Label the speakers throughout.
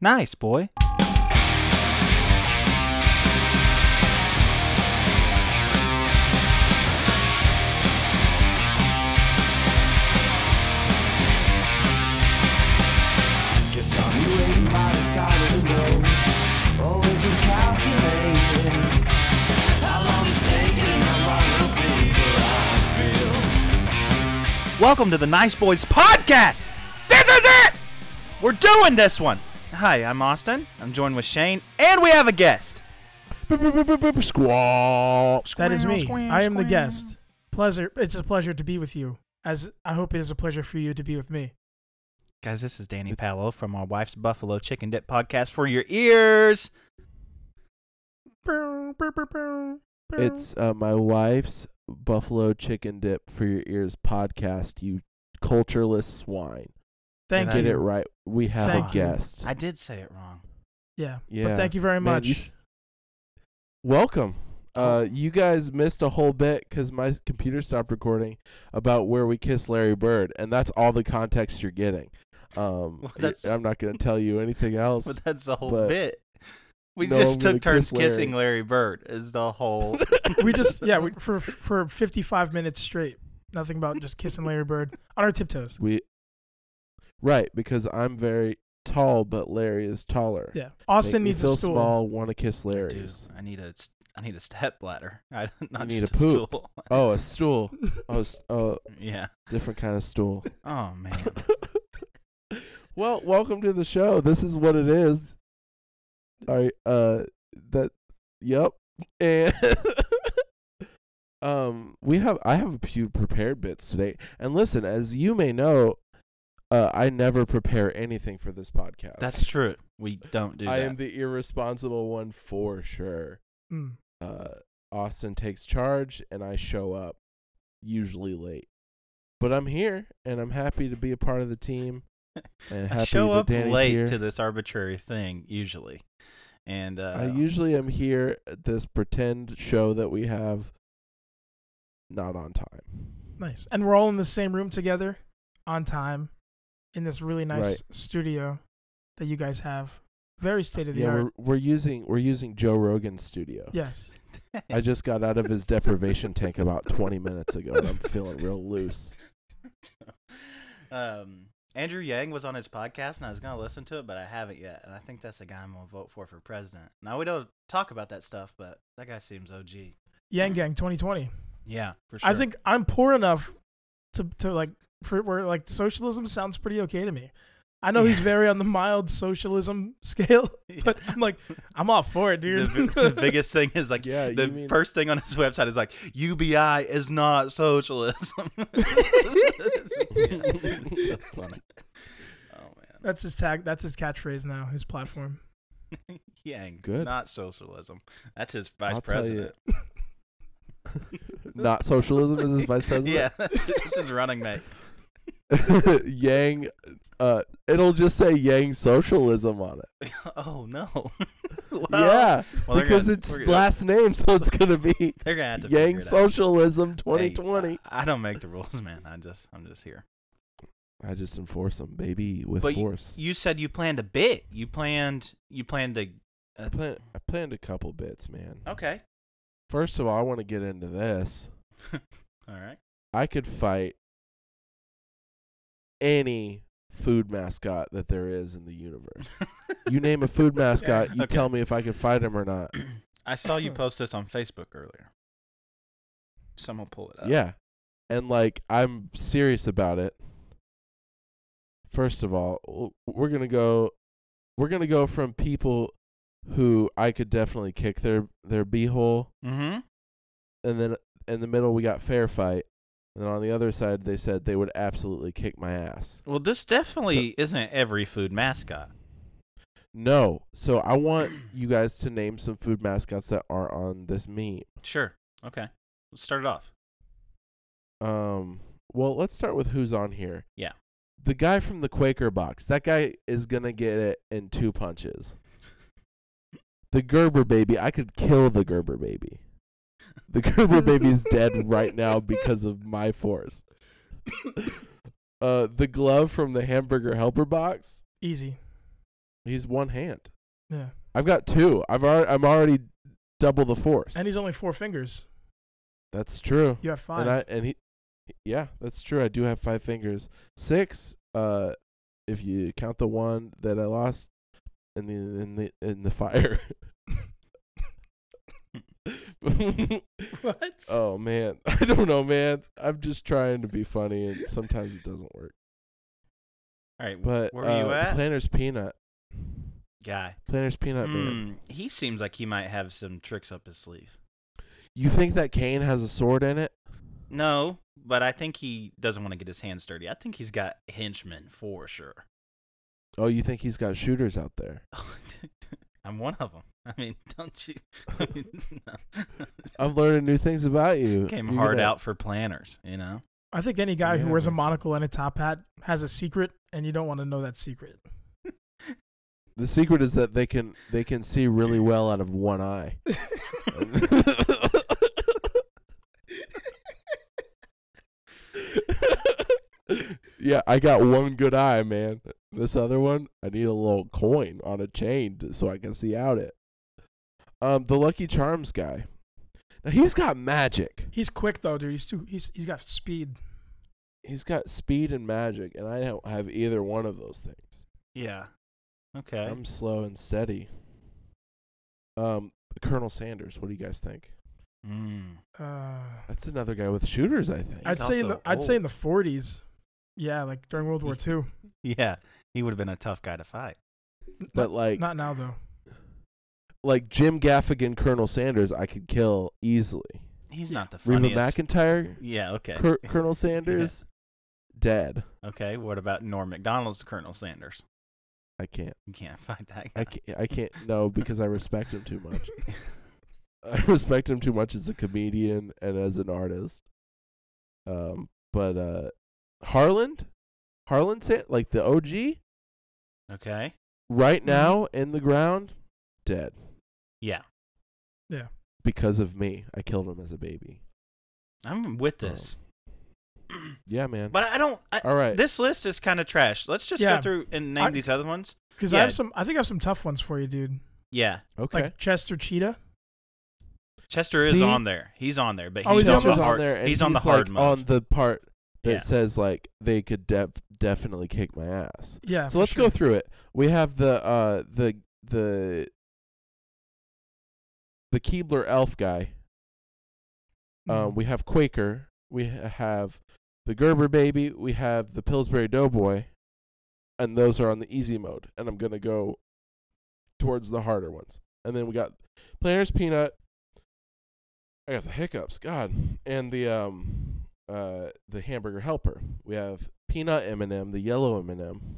Speaker 1: Nice, boy.
Speaker 2: Guess I'm waiting by the side of the road, always miscalculating how long it's taking and how long it'll be till I feel.
Speaker 1: Welcome to the Nice Boys Podcast. This is it. We're doing this one. Hi, I'm Austin. I'm joined with Shane, and we have a guest.
Speaker 3: Squall.
Speaker 4: That is me.
Speaker 1: Squirrel,
Speaker 4: I am the
Speaker 1: squirrel.
Speaker 4: guest. Pleasure. It's a pleasure to be with you. As I hope it is a pleasure for you to be with me.
Speaker 1: Guys, this is Danny Palo from our wife's Buffalo Chicken Dip podcast for your ears.
Speaker 3: It's uh, my wife's buffalo chicken dip for your ears podcast. You cultureless swine.
Speaker 4: thank
Speaker 3: Get
Speaker 4: you.
Speaker 3: it right. We have
Speaker 4: Thank
Speaker 3: a
Speaker 4: you.
Speaker 3: guest.
Speaker 1: I did say it wrong.
Speaker 4: Yeah.
Speaker 3: Yeah.
Speaker 4: But thank you very
Speaker 3: Man,
Speaker 4: much. Oh.
Speaker 3: you s- Welcome. Uh, you guys missed a whole bit because my computer stopped recording about where we kiss Larry Bird, and that's all the context you're getting.
Speaker 1: Well,
Speaker 3: Um, y-
Speaker 1: that's-
Speaker 3: I'm not going to tell you anything else.
Speaker 1: But that's the whole
Speaker 3: But-
Speaker 1: bit. We
Speaker 3: No,
Speaker 1: just
Speaker 3: I'm
Speaker 1: took
Speaker 3: gonna
Speaker 1: turns
Speaker 3: kiss Larry.
Speaker 1: kissing Larry Bird. Is the whole
Speaker 4: we just yeah we, for for 55 minutes straight. Nothing about just kissing Larry Bird on our tiptoes.
Speaker 3: we right because I'm very tall, but Larry is taller.
Speaker 4: Yeah.
Speaker 3: Make
Speaker 4: Austin
Speaker 3: me
Speaker 4: needs
Speaker 3: feel
Speaker 4: a stool.
Speaker 3: small. Want to kiss
Speaker 1: I, do.
Speaker 3: Larry's?
Speaker 1: I need a s- I need a step ladder. I not
Speaker 3: You need
Speaker 1: just
Speaker 3: a poop.
Speaker 1: stool.
Speaker 3: Oh, a stool. Oh, s- oh,
Speaker 1: Yeah.
Speaker 3: different kind of stool.
Speaker 1: Oh man.
Speaker 3: well, welcome to the show. This is what it is. All right. Uh, that. Yep. And um, we have I have a few prepared bits today. And listen, as you may know, uh, I never prepare anything for this podcast.
Speaker 1: That's true. We don't do
Speaker 3: I
Speaker 1: that.
Speaker 3: am the irresponsible one for sure.
Speaker 4: Mm.
Speaker 3: uh, Austin takes charge and I show up, usually late. But I'm here and I'm happy to be a part of the team. And
Speaker 1: I
Speaker 3: happy
Speaker 1: show
Speaker 3: that
Speaker 1: up
Speaker 3: Danny's
Speaker 1: late
Speaker 3: here.
Speaker 1: to this arbitrary thing usually, and uh,
Speaker 3: I usually am here at this pretend show that we have not on time.
Speaker 4: Nice. And we're all in the same room together on time in this really nice
Speaker 3: Right.
Speaker 4: studio that you guys have. Very state of the
Speaker 3: Yeah,
Speaker 4: art.
Speaker 3: we're we're using we're using Joe Rogan's studio.
Speaker 4: Yes.
Speaker 3: I just got out of his deprivation tank about 20 minutes ago and I'm feeling real loose.
Speaker 1: um, Andrew Yang was on his podcast, and I was gonna listen to it, but I haven't yet. And I think that's the guy I'm gonna vote for for president. Now we don't talk about that stuff, but that guy seems OG.
Speaker 4: Yang Gang 2020.
Speaker 1: Yeah, for
Speaker 4: I think I'm poor enough to to like for where like socialism sounds pretty okay to me. I know he's
Speaker 1: Yeah.
Speaker 4: very on the mild socialism scale, but I'm like, I'm all for it,
Speaker 1: the,
Speaker 4: dude.
Speaker 1: bi- the biggest thing is like
Speaker 3: Yeah, you
Speaker 1: the
Speaker 3: mean-
Speaker 1: first thing on his website is like UBI is not socialism. Yeah, so funny. Oh man.
Speaker 4: that's his tag. That's his catchphrase now. His platform.
Speaker 1: Yang,
Speaker 3: Good.
Speaker 1: not socialism. That's his vice
Speaker 3: I'll tell you.
Speaker 1: president.
Speaker 3: Not socialism is his vice president.
Speaker 1: Yeah, that's, that's his running mate.
Speaker 3: Yang, uh, it'll just say Yang socialism on it.
Speaker 1: Oh no!
Speaker 3: yeah,
Speaker 1: well, they're
Speaker 3: because
Speaker 1: gonna-
Speaker 3: it's
Speaker 1: we're gonna-
Speaker 3: last name, so it's gonna be
Speaker 1: they're gonna have to
Speaker 3: Yang
Speaker 1: figure it out.
Speaker 3: socialism
Speaker 1: Hey,
Speaker 3: 2020.
Speaker 1: I, I don't make the rules, man. I just, I'm just here. uh,
Speaker 3: I just enforce them, baby, with
Speaker 1: But
Speaker 3: force.
Speaker 1: You said you planned a bit. You planned, you planned to.
Speaker 3: I, plan- I planned a couple bits, man.
Speaker 1: Okay.
Speaker 3: First of all, I want to get into this.
Speaker 1: All right.
Speaker 3: I could fight any food mascot that there is in the universe. you name a food mascot, you
Speaker 1: Okay.
Speaker 3: tell me if I can fight him or not.
Speaker 1: I saw you post this on Facebook earlier. Someone pull it up.
Speaker 3: Yeah. And like I'm serious about it. First of all, w- we're going to go we're going to go from people who I could definitely kick their their beehole
Speaker 1: Mm-hmm.
Speaker 3: and then in the middle we got fair fight. And then on the other side they said they would absolutely kick my ass.
Speaker 1: Well, this definitely isn't every food mascot.
Speaker 3: No. So I want you guys to name some food mascots that are on this meme.
Speaker 1: Sure. Okay. Let's start it off.
Speaker 3: Um well, let's start with who's on here.
Speaker 1: Yeah.
Speaker 3: The guy from the Quaker box. That guy is going to get it in two punches. The Gerber baby, I could kill the Gerber baby. The Gerber baby is dead right now because of my force. Uh the glove from the hamburger helper box.
Speaker 4: Easy.
Speaker 3: He's one hand.
Speaker 4: Yeah.
Speaker 3: I've got two. I've already, I'm already double the force.
Speaker 4: And he's only four fingers.
Speaker 3: that's true.
Speaker 4: You have five.
Speaker 3: And I and he, yeah, that's true. I do have five fingers. Six. Uh, if you count the one that I lost in the in the in the fire.
Speaker 4: what?
Speaker 3: oh man, I don't know, man. I'm just trying to be funny, and sometimes it doesn't work.
Speaker 1: All right,
Speaker 3: But
Speaker 1: where are you
Speaker 3: uh,
Speaker 1: at,
Speaker 3: Planner's peanut.
Speaker 1: guy?
Speaker 3: Planner's peanut man.
Speaker 1: Hmm, he seems like he might have some tricks up his sleeve.
Speaker 3: You think that cane has a sword in it?
Speaker 1: No, but I think he doesn't want to get his hands dirty. I think he's got henchmen for sure.
Speaker 3: Oh, you think he's got shooters out there?
Speaker 1: I'm one of them. I mean, don't you? I mean,
Speaker 3: I'm learning new things about you.
Speaker 1: Came
Speaker 3: You're
Speaker 1: hard
Speaker 3: gonna-
Speaker 1: out for planners, you know.
Speaker 4: I think any guy who
Speaker 3: Yeah,
Speaker 4: wears a
Speaker 3: man.
Speaker 4: monocle and a top hat has a secret, and you don't want to know that secret.
Speaker 3: The secret is that they can they can see really well out of one eye. yeah, I got one good eye, man. This other one, I need a little coin on a chain t- so I can see out it. Um, the Lucky Charms guy. Now he's got magic.
Speaker 4: He's quick though, dude. He's too. He's he's got speed.
Speaker 3: He's got speed and magic, and I don't have either one of those things.
Speaker 1: Yeah. Okay.
Speaker 3: I'm slow and steady. Um, Colonel Sanders, what do you guys think?
Speaker 1: Mm.
Speaker 4: Uh,
Speaker 3: That's another guy with shooters, I think.
Speaker 4: I'd say in the,
Speaker 1: also
Speaker 4: I'd say in
Speaker 1: old.
Speaker 4: the forties. Yeah, like during World War II.
Speaker 1: Yeah, he would have been a tough guy to fight.
Speaker 3: but like,
Speaker 4: Not now though.
Speaker 3: like Jim Gaffigan, Colonel Sanders, I could kill easily.
Speaker 1: He's not the
Speaker 3: Reba
Speaker 1: funniest.
Speaker 3: McIntyre,
Speaker 1: yeah. Okay.
Speaker 3: Cur- Colonel Sanders, dead.
Speaker 1: okay. What about Norm McDonald's Colonel Sanders?
Speaker 3: I can't.
Speaker 1: You can't fight that guy.
Speaker 3: I can't. I can't. No, because I respect him too much. I respect him too much as a comedian and as an artist. Um, but uh, Harland, Harland, Sa- like the OG,
Speaker 1: okay. Mm-hmm.
Speaker 3: right now in the ground, dead
Speaker 1: Yeah,
Speaker 3: because of me. I killed him as a baby.
Speaker 1: I'm with
Speaker 3: Um,
Speaker 1: this.
Speaker 3: yeah, man.
Speaker 1: But I don't. I,
Speaker 3: All right.
Speaker 1: This list is kind of trash. Let's just
Speaker 4: Yeah.
Speaker 1: go through and name
Speaker 4: I-
Speaker 1: these other ones.
Speaker 4: Because I
Speaker 1: Yeah.
Speaker 4: have some. I think I have some tough ones for you, dude.
Speaker 1: Yeah,
Speaker 3: okay.
Speaker 4: Like Chester Cheetah.
Speaker 1: Chester is
Speaker 3: See?
Speaker 1: on there. He's on there, but
Speaker 4: Oh,
Speaker 1: he's,
Speaker 4: he's
Speaker 1: on the
Speaker 4: on
Speaker 1: hard.
Speaker 3: and
Speaker 1: he's on the
Speaker 3: like,
Speaker 1: hard mode.
Speaker 3: On the part that
Speaker 1: Yeah.
Speaker 3: says like they could def definitely kick my ass.
Speaker 4: Yeah.
Speaker 3: so let's go through it. We have the uh the the the Keebler elf guy.
Speaker 4: Mm. Mm-hmm.
Speaker 3: Um, we have Quaker. We ha- have the Gerber baby. We have the Pillsbury Doughboy, and those are on the easy mode. And I'm gonna go towards the harder ones. And then we got Players Peanut. I got the hiccups. God, and the um uh the Hamburger Helper. We have Peanut M and M, the yellow M and M.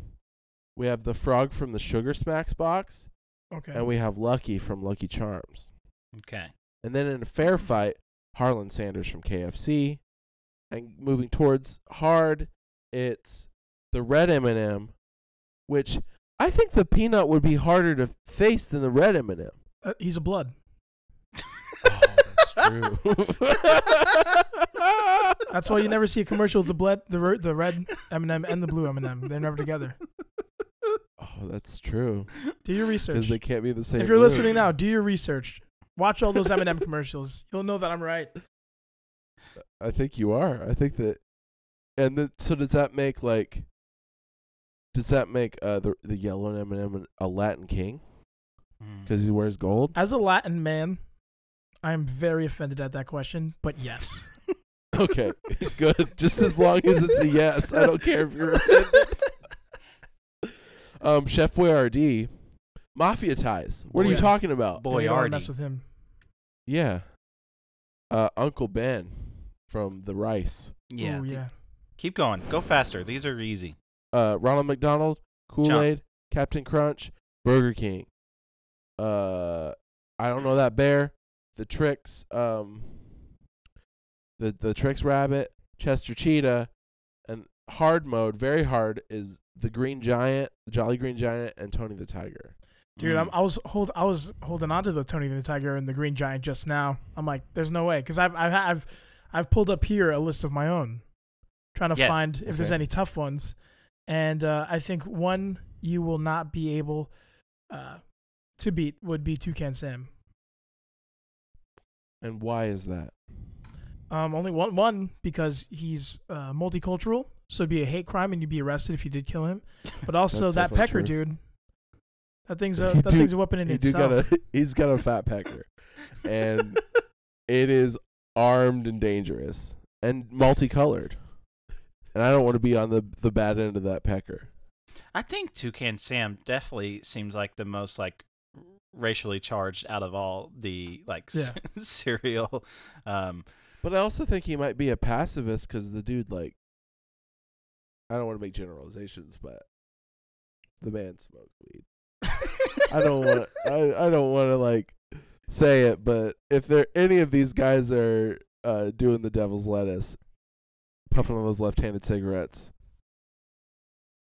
Speaker 3: We have the frog from the Sugar Smacks box,
Speaker 4: okay.
Speaker 3: and we have Lucky from Lucky Charms.
Speaker 1: okay.
Speaker 3: And then in a fair fight, Harlan Sanders from KFC. And moving towards hard, it's the red M&M, which I think the peanut would be harder to face than the red M&M.
Speaker 4: Uh, he's a blood.
Speaker 3: True.
Speaker 4: That's why you never see a commercial with the blood, the ro- the red M and m and the blue M and m They're never together.
Speaker 3: oh, that's true.
Speaker 4: Do your
Speaker 3: Because
Speaker 4: research.
Speaker 3: they can't be the same.
Speaker 4: If you're
Speaker 3: word.
Speaker 4: listening now, do your research. Watch all those M and m commercials. You'll know that I'm right.
Speaker 3: I think you are. I think that. And the, so does that make like? Does that make uh the the yellow M and M a Latin king
Speaker 1: Mm.
Speaker 3: because he wears gold?
Speaker 4: As a Latin man, I'm very offended at that question. But yes,
Speaker 3: Okay, good. Just as long as it's a yes, I don't care if you're offended. Um, Chef Boyardee, mafia ties. What are you
Speaker 4: Boy-
Speaker 3: talking about?
Speaker 4: you don't wanna mess
Speaker 1: Boyardi.
Speaker 4: with him.
Speaker 3: Yeah, uh, Uncle Ben from the Rice.
Speaker 1: Yeah.
Speaker 4: Ooh,
Speaker 1: th- mm.
Speaker 4: yeah.
Speaker 1: Keep going. Go faster. These are easy.
Speaker 3: uh, Ronald McDonald, Kool Aid, Captain Crunch, Burger King. Uh, I don't know that bear. The tricks, um, the the tricks rabbit, Chester Cheetah, and hard mode, very hard is the Green Giant, the Jolly Green Giant, and Tony the Tiger.
Speaker 4: Dude, I'm,
Speaker 1: Mm.
Speaker 4: I was hold I was holding on to the Tony the Tiger and the Green Giant just now. I'm like, there's no way because I've I've I've I've pulled up here a list of my own, trying to
Speaker 1: Yeah,
Speaker 4: find if there's
Speaker 3: okay.
Speaker 4: any tough ones, and uh, I think one you will not be able uh, to beat would be Toucan Sam.
Speaker 3: And why is that?
Speaker 4: Um, only one, one because he's uh, multicultural, so it'd be a hate crime, and you'd be arrested if you did kill him. But also
Speaker 3: That's
Speaker 4: that
Speaker 3: definitely
Speaker 4: pecker
Speaker 3: true.
Speaker 4: dude, that thing's a
Speaker 3: You
Speaker 4: that
Speaker 3: do-
Speaker 4: thing's a weapon in
Speaker 3: He do
Speaker 4: itself.
Speaker 3: got a, he's got a fat pecker.
Speaker 1: Mm.
Speaker 3: And it is armed and dangerous and multicolored. And I don't want to be on the, the bad end of that pecker.
Speaker 1: I think Toucan Sam definitely seems like the most like racially charged out of all the like
Speaker 4: Yeah.
Speaker 1: serial. Um,
Speaker 3: But I also think he might be a pacifist because the dude, like, I don't want to make generalizations, but the man smoked weed. I don't want. I I don't want to like say it, but if there any of these guys are uh, doing the devil's lettuce, puffing on those left-handed cigarettes,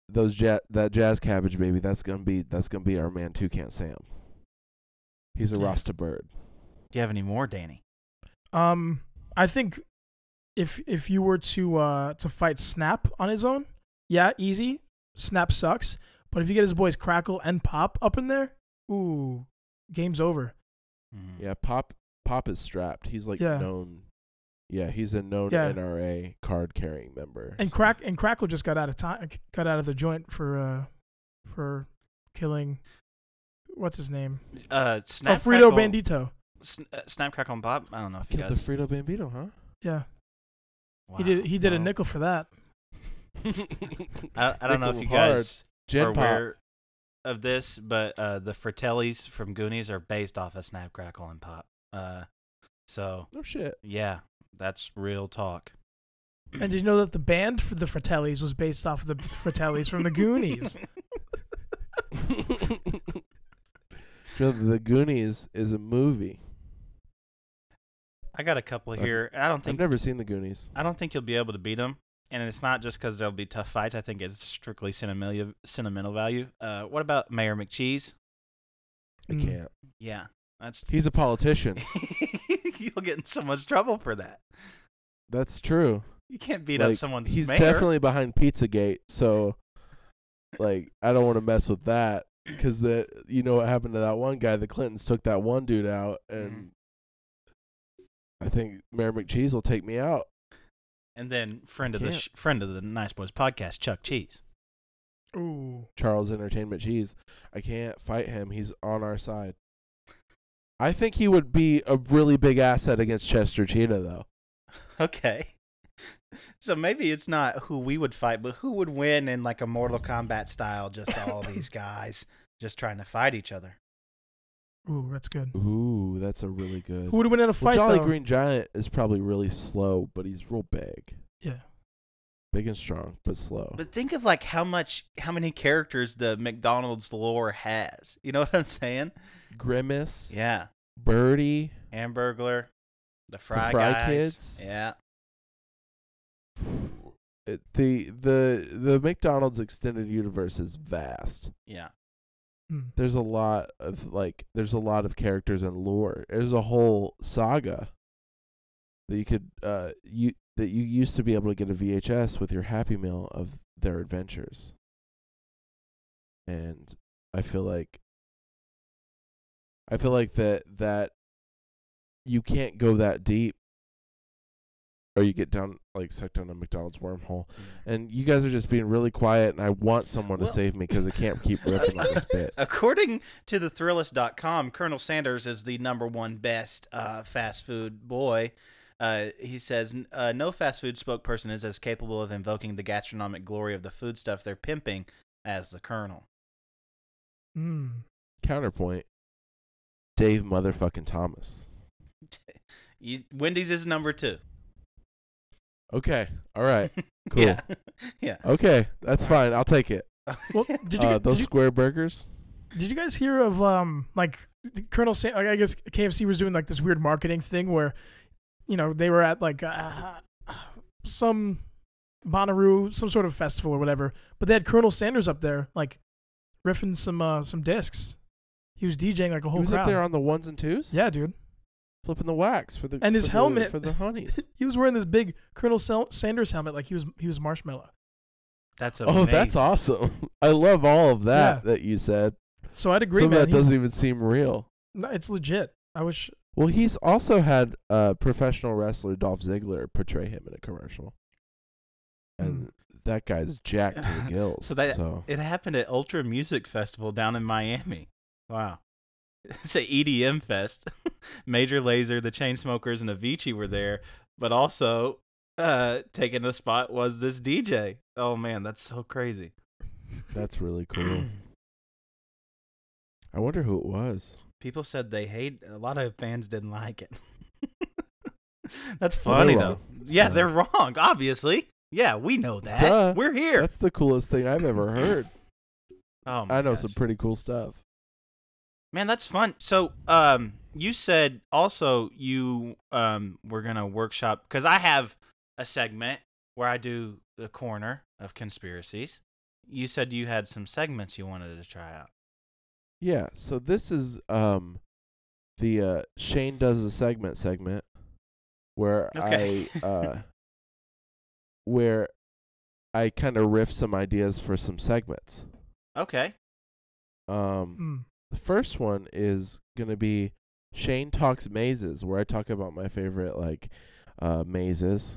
Speaker 3: those ja- that jazz cabbage baby, that's gonna be that's gonna be our man Toucan Sam. He's a
Speaker 1: Yeah.
Speaker 3: Rasta bird.
Speaker 1: do you have any more, Danny?
Speaker 4: Um, I think if if you were to uh to fight Snap on his own, yeah, easy. Snap sucks, but if you get his boys Crackle and Pop up in there, ooh, game's over.
Speaker 1: Mm.
Speaker 3: Yeah, Pop Pop is strapped. He's like
Speaker 4: Yeah.
Speaker 3: known. Yeah, he's a known
Speaker 4: Yeah.
Speaker 3: NRA card carrying member.
Speaker 4: And Crack and Crackle just got out of time, got out of the joint for uh for killing what's his name?
Speaker 1: Uh,
Speaker 4: Oh,
Speaker 1: Snap
Speaker 4: Frito
Speaker 1: Crackle-
Speaker 4: Bandito.
Speaker 1: Sn- uh, Snap Crackle and Pop. I don't know if you
Speaker 3: Killed the
Speaker 1: guys.
Speaker 3: Frito Bambino, huh?
Speaker 4: Yeah, he did. He did a nickel for that.
Speaker 1: I, I don't know if you
Speaker 3: Nickel hard.
Speaker 1: guys
Speaker 3: Gen
Speaker 1: are
Speaker 3: Pop.
Speaker 1: aware of this, but uh, the Fratellis from Goonies are based off of Snap Crackle and Pop. Uh, so
Speaker 3: No Oh, shit.
Speaker 1: yeah, that's real talk.
Speaker 4: And did you know that the band for the Fratellis was based off of the Fratellis from the Goonies?
Speaker 3: Joe, the Goonies is a movie.
Speaker 1: I got a couple
Speaker 3: Okay.
Speaker 1: here. I don't
Speaker 3: I've
Speaker 1: think
Speaker 3: never seen the Goonies.
Speaker 1: I don't think you'll be able to beat them. And it's not just because there'll be tough fights. I think it's strictly sentimental sentimental value. Uh, what about Mayor McCheese?
Speaker 3: I
Speaker 4: Mm.
Speaker 3: can't.
Speaker 1: Yeah, that's
Speaker 3: He's a politician.
Speaker 1: you'll get in so much trouble for that.
Speaker 3: That's true.
Speaker 1: You can't beat up
Speaker 3: Like,
Speaker 1: someone's
Speaker 3: He's
Speaker 1: mayor.
Speaker 3: definitely behind Pizzagate, so like I don't want to mess with that because the you know what happened to that one guy. The Clintons took that one dude out, and
Speaker 1: Mm-hmm.
Speaker 3: I think Mayor McCheese will take me out.
Speaker 1: and then friend of the
Speaker 3: Can't.
Speaker 1: sh- friend of the Nice Boys podcast, Chuck Cheese.
Speaker 4: Ooh,
Speaker 3: Charles Entertainment Cheese. I can't fight him. He's on our side. I think he would be a really big asset against Chester Cheetah, though.
Speaker 1: Okay. So maybe it's not who we would fight, but who would win in like a Mortal Kombat style, just all these guys just trying to fight each other.
Speaker 4: ooh, that's good.
Speaker 3: Ooh, that's a really good.
Speaker 4: Who would win in a
Speaker 3: Well,
Speaker 4: fight
Speaker 3: Jolly
Speaker 4: though?
Speaker 3: Green Giant is probably really slow, but he's real big,
Speaker 4: Yeah.
Speaker 3: big and strong, but slow.
Speaker 1: But think of like how much how many characters the McDonald's lore has. You know what I'm saying?
Speaker 3: Grimace,
Speaker 1: Yeah.
Speaker 3: Birdie.
Speaker 1: Hamburglar, the Fry,
Speaker 3: Fry
Speaker 1: Guys.
Speaker 3: Kids?
Speaker 1: Yeah.
Speaker 3: It, the the the McDonald's extended universe is vast.
Speaker 1: Yeah.
Speaker 4: Hmm.
Speaker 3: There's a lot of like there's a lot of characters and lore. There's a whole saga that you could uh you that you used to be able to get a VHS with your Happy Meal of their adventures. And I feel like I feel like that that you can't go that deep or you get down like sucked down a McDonald's wormhole. And you guys are just being really quiet, and I want someone
Speaker 1: Well-
Speaker 3: to save me because I can't keep riffing on this bit.
Speaker 1: According to the Thrillist.com, Colonel Sanders is the number one best uh, fast food boy. Uh, he says "N- uh, no fast food spokesperson is as capable of invoking the gastronomic glory of the foodstuff they're pimping as the Colonel.
Speaker 4: Mm.
Speaker 3: Counterpoint: Dave motherfucking Thomas.
Speaker 1: You, Wendy's is number two.
Speaker 3: Okay, all right, cool.
Speaker 1: Yeah. yeah.
Speaker 3: Okay, that's fine. I'll take it.
Speaker 4: Well, did you,
Speaker 3: Uh,
Speaker 4: get-
Speaker 3: those
Speaker 4: did,
Speaker 3: square burgers.
Speaker 4: you did you guys hear of um like Colonel Sam? Like, I guess KFC was doing like this weird marketing thing where, you know, they were at like uh, some Bonnaroo, some sort of festival or whatever, but they had Colonel Sanders up there like riffing some uh, some discs. He was DJing like a
Speaker 3: He
Speaker 4: whole
Speaker 3: was
Speaker 4: crowd.
Speaker 3: up there on the ones and twos,
Speaker 4: yeah, dude.
Speaker 3: flipping the wax for the
Speaker 4: And his
Speaker 3: for the-
Speaker 4: helmet.
Speaker 3: for the honeys.
Speaker 4: he was wearing this big Colonel Sal- Sanders helmet like he was he was Marshmallow.
Speaker 1: That's amazing.
Speaker 3: oh, that's awesome! I love all of that
Speaker 4: Yeah.
Speaker 3: that you said.
Speaker 4: So I'd agree,
Speaker 3: Some
Speaker 4: man.
Speaker 3: of that
Speaker 4: He's-
Speaker 3: doesn't even seem real.
Speaker 4: no, it's legit. I wish.
Speaker 3: Well, he's also had uh, professional wrestler Dolph Ziggler portray him in a commercial, and
Speaker 4: Hmm.
Speaker 3: that guy's jacked to the gills.
Speaker 1: So that-
Speaker 3: so
Speaker 1: It happened at Ultra Music Festival down in Miami. Wow. It's a EDM fest. Major Laser, the Chainsmokers, and Avicii were there, but also uh, taking the spot was this DJ. Oh man, that's so crazy.
Speaker 3: that's really cool. I wonder who it was.
Speaker 1: People said they hate. A lot of fans didn't like it. that's
Speaker 3: Well, they're
Speaker 1: funny though.
Speaker 3: wrong,
Speaker 1: Yeah,
Speaker 3: so-
Speaker 1: they're wrong. Obviously. Yeah, we know that.
Speaker 3: Duh.
Speaker 1: We're here.
Speaker 3: That's the coolest thing I've ever heard.
Speaker 1: oh, my
Speaker 3: I know
Speaker 1: gosh.
Speaker 3: some pretty cool stuff.
Speaker 1: Man, that's fun. So, um, you said also you um were gonna workshop because I have a segment where I do the corner of conspiracies. You said you had some segments you wanted to try out.
Speaker 3: Yeah, so this is um the uh Shane does a segment segment where
Speaker 1: Okay.
Speaker 3: I uh where I kind of riff some ideas for some segments.
Speaker 1: Okay.
Speaker 3: Um
Speaker 4: Mm.
Speaker 3: the first one is going to be Shane talks mazes where I talk about my favorite like uh mazes.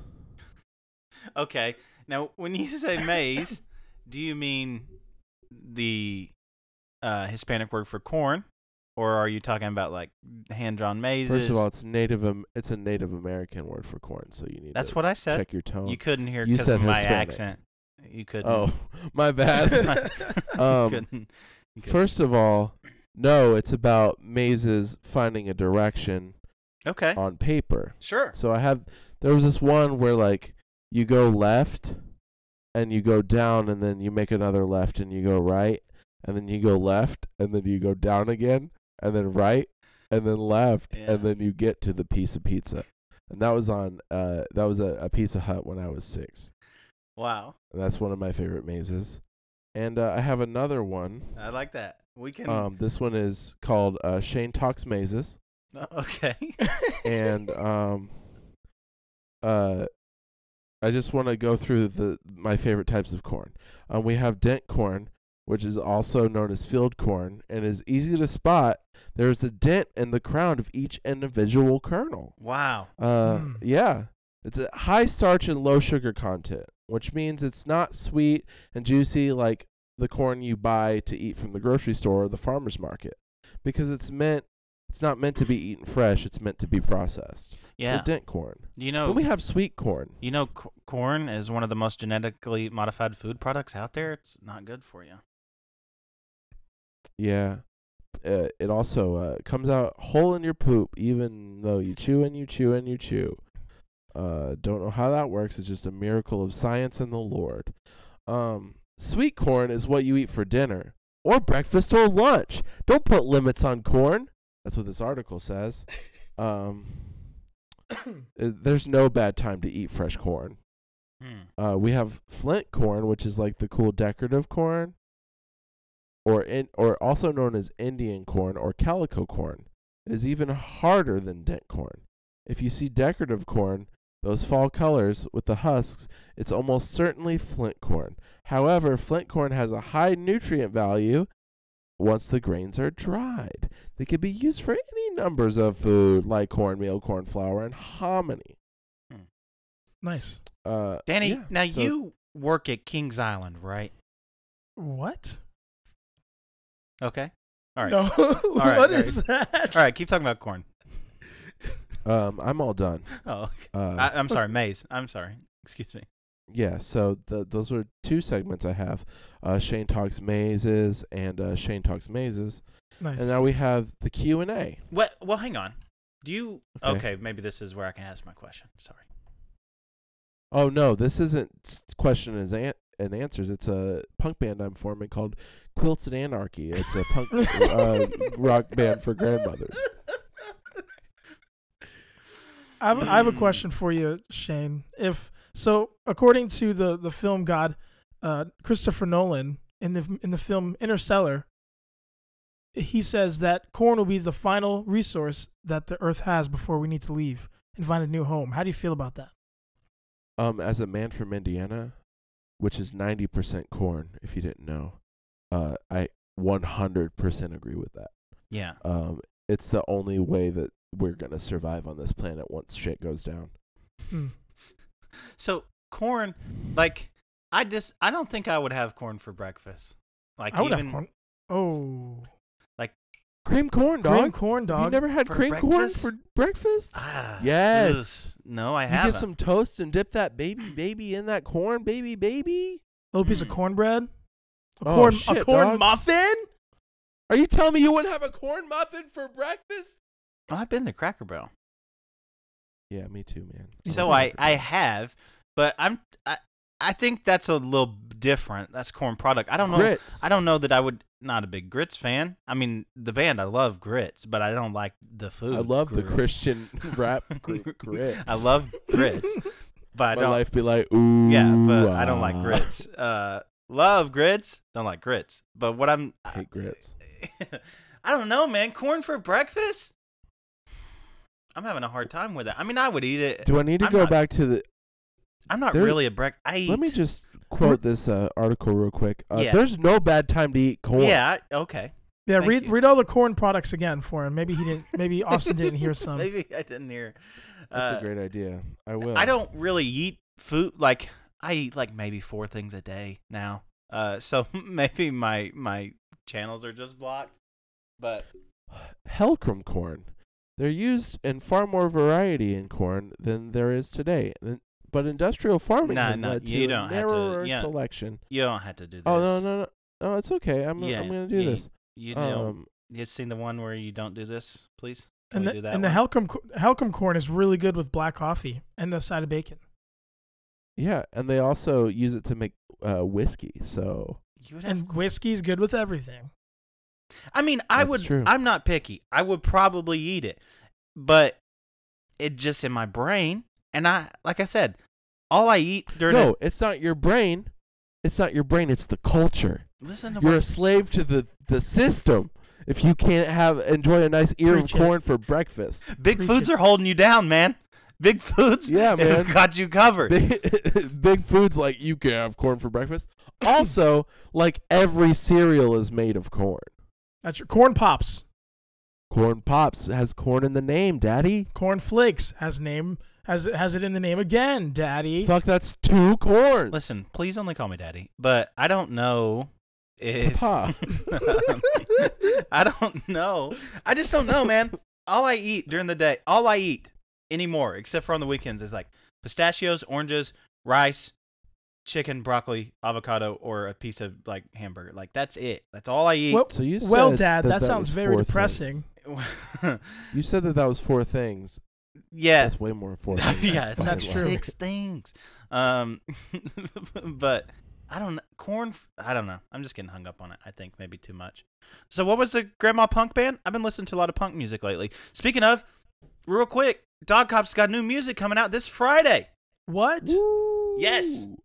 Speaker 1: Okay. Now, when you say maze, do you mean the uh, Hispanic word for corn, or are you talking about like hand-drawn mazes?
Speaker 3: First of all, it's native Am- it's a Native American word for corn, so you need
Speaker 1: that's
Speaker 3: to
Speaker 1: what I said.
Speaker 3: check your tone.
Speaker 1: You couldn't hear
Speaker 3: You
Speaker 1: because
Speaker 3: said
Speaker 1: of my
Speaker 3: Hispanic.
Speaker 1: accent. You couldn't.
Speaker 3: oh, my bad. Um,
Speaker 1: couldn't- you couldn't.
Speaker 3: First of all, no, it's about mazes finding a direction
Speaker 1: okay,
Speaker 3: on paper.
Speaker 1: sure.
Speaker 3: So I have there was this one where like you go left and you go down and then you make another left and you go right and then you go left and then you go down again and then right and then left
Speaker 1: Yeah.
Speaker 3: and then you get to the piece of pizza. And that was on uh that was a, a Pizza Hut when I was 6.
Speaker 1: Wow,
Speaker 3: And that's one of my favorite mazes. And uh, I have another one
Speaker 1: I like that. We can.
Speaker 3: Um, this one is called uh, Shane Talks Mazes,
Speaker 1: uh, okay.
Speaker 3: and um, uh, I just want to go through the my favorite types of corn. Um, we have dent corn, which is also known as field corn, and is easy to spot. There is a dent in the crown of each individual kernel.
Speaker 1: Wow.
Speaker 3: Uh,
Speaker 4: Hmm.
Speaker 3: yeah, it's a high starch and low sugar content, which means it's not sweet and juicy like the corn you buy to eat from the grocery store or the farmer's market, because it's meant it's not meant to be eaten fresh. It's meant to be processed.
Speaker 1: Yeah. Oh.
Speaker 3: so dent corn.
Speaker 1: you
Speaker 3: But
Speaker 1: know.
Speaker 3: we have sweet corn.
Speaker 1: you know, c- corn is one of the most genetically modified food products out there. It's not good for you.
Speaker 3: Yeah. Uh, it also uh, comes out whole in your poop, even though you chew and you chew and you chew. Uh, don't know how that works. It's just a miracle of science and the Lord. Um, sweet corn is what you eat for dinner, or breakfast, or lunch. Don't put limits on corn. That's what this article says. Um, uh, there's no bad time to eat fresh corn.
Speaker 1: Hmm.
Speaker 3: Uh, we have flint corn, which is like the cool decorative corn, or in, or also known as Indian corn or calico corn. It is even harder than dent corn. If you see decorative corn, those fall colors with the husks, it's almost certainly flint corn. However, flint corn has a high nutrient value once the grains are dried. They can be used for any numbers of food like cornmeal, corn flour, and hominy.
Speaker 4: nice.
Speaker 3: Uh,
Speaker 1: Danny,
Speaker 3: yeah,
Speaker 1: now
Speaker 3: so-
Speaker 1: you work at Kings Island, right?
Speaker 4: What?
Speaker 1: Okay. All right.
Speaker 4: No.
Speaker 1: right,
Speaker 4: What
Speaker 1: all
Speaker 4: is that?
Speaker 1: All right. Keep talking about corn.
Speaker 3: Um, I'm all done.
Speaker 1: Oh,
Speaker 3: Uh,
Speaker 1: I, I'm sorry, maize. I'm sorry. Excuse me.
Speaker 3: yeah, so the, those are two segments I have. Uh, Shane talks mazes and uh, Shane talks mazes,
Speaker 4: Nice.
Speaker 3: and now we have the Q and A.
Speaker 1: Well, well, hang on. Do you?
Speaker 3: Okay.
Speaker 1: okay, maybe this is where I can ask my question. Sorry.
Speaker 3: Oh no, this isn't s- question is an- and answers. It's a punk band I'm forming called Quilts and Anarchy. It's a punk uh, rock band for grandmothers.
Speaker 4: I have, I have a question for you, Shane. If so, according to the the film god, uh, Christopher Nolan in the in the film Interstellar, he says that corn will be the final resource that the Earth has before we need to leave and find a new home. How do you feel about that?
Speaker 3: Um, as a man from Indiana, which is ninety percent corn, if you didn't know, uh, I 100% agree with that.
Speaker 1: Yeah.
Speaker 3: Um, it's the only way that we're gonna survive on this planet once shit goes down.
Speaker 4: Hmm.
Speaker 1: So corn, like I just I don't think I would have corn for breakfast. Like
Speaker 4: I would
Speaker 1: even
Speaker 4: have corn. Oh,
Speaker 3: Cream corn, dog.
Speaker 4: cream corn
Speaker 3: You
Speaker 4: dog.
Speaker 3: never had
Speaker 1: For
Speaker 3: cream
Speaker 1: breakfast?
Speaker 3: corn for breakfast?
Speaker 1: Ah,
Speaker 3: Yes.
Speaker 1: ugh, no, I
Speaker 3: you
Speaker 1: haven't.
Speaker 3: get some toast and dip that baby baby in that corn, baby baby.
Speaker 4: little piece of
Speaker 1: Mm.
Speaker 4: cornbread. A
Speaker 3: Oh,
Speaker 4: corn,
Speaker 3: shit,
Speaker 4: a corn
Speaker 3: dog.
Speaker 4: muffin.
Speaker 3: Are you telling me you wouldn't have a corn muffin for breakfast?
Speaker 1: Oh, I've been to Cracker Barrel,
Speaker 3: Yeah, me too, man.
Speaker 1: so
Speaker 3: love
Speaker 1: I
Speaker 3: Cracker
Speaker 1: I
Speaker 3: Barrel.
Speaker 1: have, but I'm I I think that's a little different. That's corn product. I don't know.
Speaker 3: grits.
Speaker 1: I don't know that I would not a big grits fan. I mean, the band I love grits, but I don't like the food.
Speaker 3: I love the
Speaker 1: grits.
Speaker 3: Christian rap group grits.
Speaker 1: I love grits, but I
Speaker 3: my
Speaker 1: don't.
Speaker 3: life. Be like, ooh,
Speaker 1: Yeah, but I don't like
Speaker 3: ah."
Speaker 1: grits. Uh, love grits, don't like grits. But what I'm,
Speaker 3: I hate grits.
Speaker 1: I don't know, man. Corn for breakfast? I'm having a hard time with it. I mean, I would eat it.
Speaker 3: Do I need to
Speaker 1: I'm
Speaker 3: go
Speaker 1: not-
Speaker 3: back to the
Speaker 1: I'm not
Speaker 3: there-
Speaker 1: really a break. I eat.
Speaker 3: Let me just quote this uh, article real quick. Uh,
Speaker 1: Yeah.
Speaker 3: There's no bad time to eat corn.
Speaker 1: Yeah. I- Okay.
Speaker 4: Yeah,
Speaker 1: Thank
Speaker 4: read
Speaker 1: you.
Speaker 4: read all the corn products again for him. Maybe he didn't. Maybe Austin didn't hear some.
Speaker 1: Maybe I didn't hear.
Speaker 3: That's
Speaker 1: Uh,
Speaker 3: a great idea. I will.
Speaker 1: I don't really eat food. Like I eat like maybe four things a day now. Uh, so maybe my my channels are just blocked. But
Speaker 3: Helcrum corn. They're used in far more variety in corn than there is today. N- But industrial farming
Speaker 1: Nah,
Speaker 3: has
Speaker 1: nah,
Speaker 3: led to
Speaker 1: you
Speaker 3: a
Speaker 1: don't have to-
Speaker 3: narrower
Speaker 1: yeah.
Speaker 3: selection.
Speaker 1: you don't have to do this.
Speaker 3: Oh no, no, no, no! It's okay. I'm,
Speaker 1: Yeah,
Speaker 3: I'm gonna do
Speaker 1: yeah,
Speaker 3: this.
Speaker 1: You know,
Speaker 3: Um,
Speaker 1: you seen the one where you don't do this, please? Can
Speaker 4: and
Speaker 1: we
Speaker 4: the,
Speaker 1: do that
Speaker 4: and the
Speaker 1: one?
Speaker 4: Helcom co- Helcom corn is really good with black coffee and the side of bacon.
Speaker 3: yeah, and they also use it to make uh, whiskey. So
Speaker 1: You would have
Speaker 4: And whiskey's good with everything.
Speaker 1: I mean, I
Speaker 3: That's
Speaker 1: would.
Speaker 3: true.
Speaker 1: I'm not picky. I would probably eat it, but it just in my brain. And I, like I said, all I eat during
Speaker 3: no, it's not your brain. It's not your brain. It's the culture.
Speaker 1: the, listen to
Speaker 3: You're a
Speaker 1: what,
Speaker 3: slave to the, the system if you can't have enjoy a nice ear
Speaker 4: Preach
Speaker 3: of
Speaker 4: it.
Speaker 3: corn for breakfast.
Speaker 1: big
Speaker 4: preach
Speaker 1: foods
Speaker 4: it.
Speaker 1: are holding you down, man. Big foods,
Speaker 3: Yeah,
Speaker 1: have
Speaker 3: man.
Speaker 1: got you covered.
Speaker 3: Big, big foods like you can have corn for breakfast. Also, like every cereal is made of corn.
Speaker 4: That's your corn pops.
Speaker 3: Corn pops has corn in the name, daddy.
Speaker 4: Corn flakes has name has has it in the name again, Daddy.
Speaker 3: Fuck, that's two corns.
Speaker 1: Listen, please only call me daddy, but I don't know if
Speaker 3: Papa.
Speaker 1: I don't know. I just don't know, man. All I eat during the day, all I eat anymore, except for on the weekends, is like pistachios, oranges, rice, chicken, broccoli, avocado, or a piece of like hamburger. Like that's it. That's all I eat.
Speaker 4: Well,
Speaker 3: So you
Speaker 4: well,
Speaker 3: said
Speaker 4: Dad,
Speaker 3: that
Speaker 4: that,
Speaker 3: that
Speaker 4: sounds
Speaker 3: was
Speaker 4: very
Speaker 3: four
Speaker 4: depressing.
Speaker 3: You said that that was four things.
Speaker 1: yeah,
Speaker 3: That's way more four things.
Speaker 1: yeah,
Speaker 3: That's
Speaker 1: it's not
Speaker 3: fucking
Speaker 4: true.
Speaker 3: wild.
Speaker 1: six things. Um, but I don't kn- corn. f- I don't know. I'm just getting hung up on it. I think maybe too much. So what was the grandma punk band? I've been listening to a lot of punk music lately. Speaking of, real quick, Dog Cops got new music coming out this Friday.
Speaker 4: What?
Speaker 1: Yes.
Speaker 3: Woo.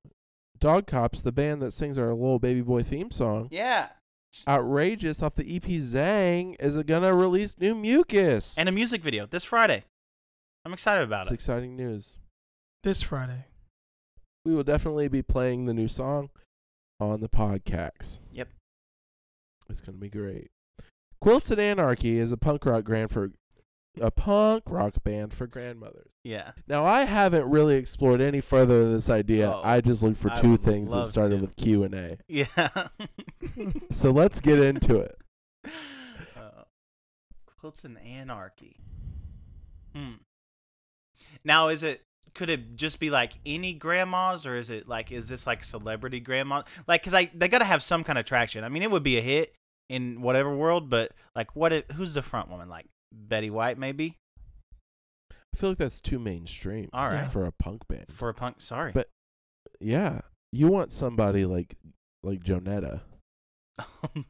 Speaker 3: Dog Cops, the band that sings our little baby boy theme song,
Speaker 1: Yeah,
Speaker 3: Outrageous off the EP Zang is gonna release new mucus.
Speaker 1: and a music video this Friday. I'm excited about
Speaker 3: It's
Speaker 1: it.
Speaker 3: exciting news.
Speaker 4: This Friday.
Speaker 3: We will definitely be playing the new song on the podcast.
Speaker 1: Yep.
Speaker 3: It's gonna be great. Quilts and Anarchy is a punk rock grand for a punk rock band for grandmothers.
Speaker 1: Yeah,
Speaker 3: Now I haven't really explored any further this idea.
Speaker 1: Oh,
Speaker 3: I just looked for
Speaker 1: I
Speaker 3: two
Speaker 1: would
Speaker 3: things that
Speaker 1: love
Speaker 3: started
Speaker 1: to.
Speaker 3: with Q and A.
Speaker 1: yeah.
Speaker 3: So let's get into it.
Speaker 1: uh, quilts and anarchy. Hmm. Now, is it? Could it just be like any grandmas, or is it like is this like celebrity grandmas? Like, cause I they gotta have some kind of traction. I mean, it would be a hit in whatever world, but like, what? It, who's the front woman? Like Betty White, maybe?
Speaker 3: I feel like that's too mainstream
Speaker 1: All right,
Speaker 4: Yeah.
Speaker 3: for a punk band.
Speaker 1: for a punk. Sorry.
Speaker 3: But- Yeah, you want somebody like like Jonetta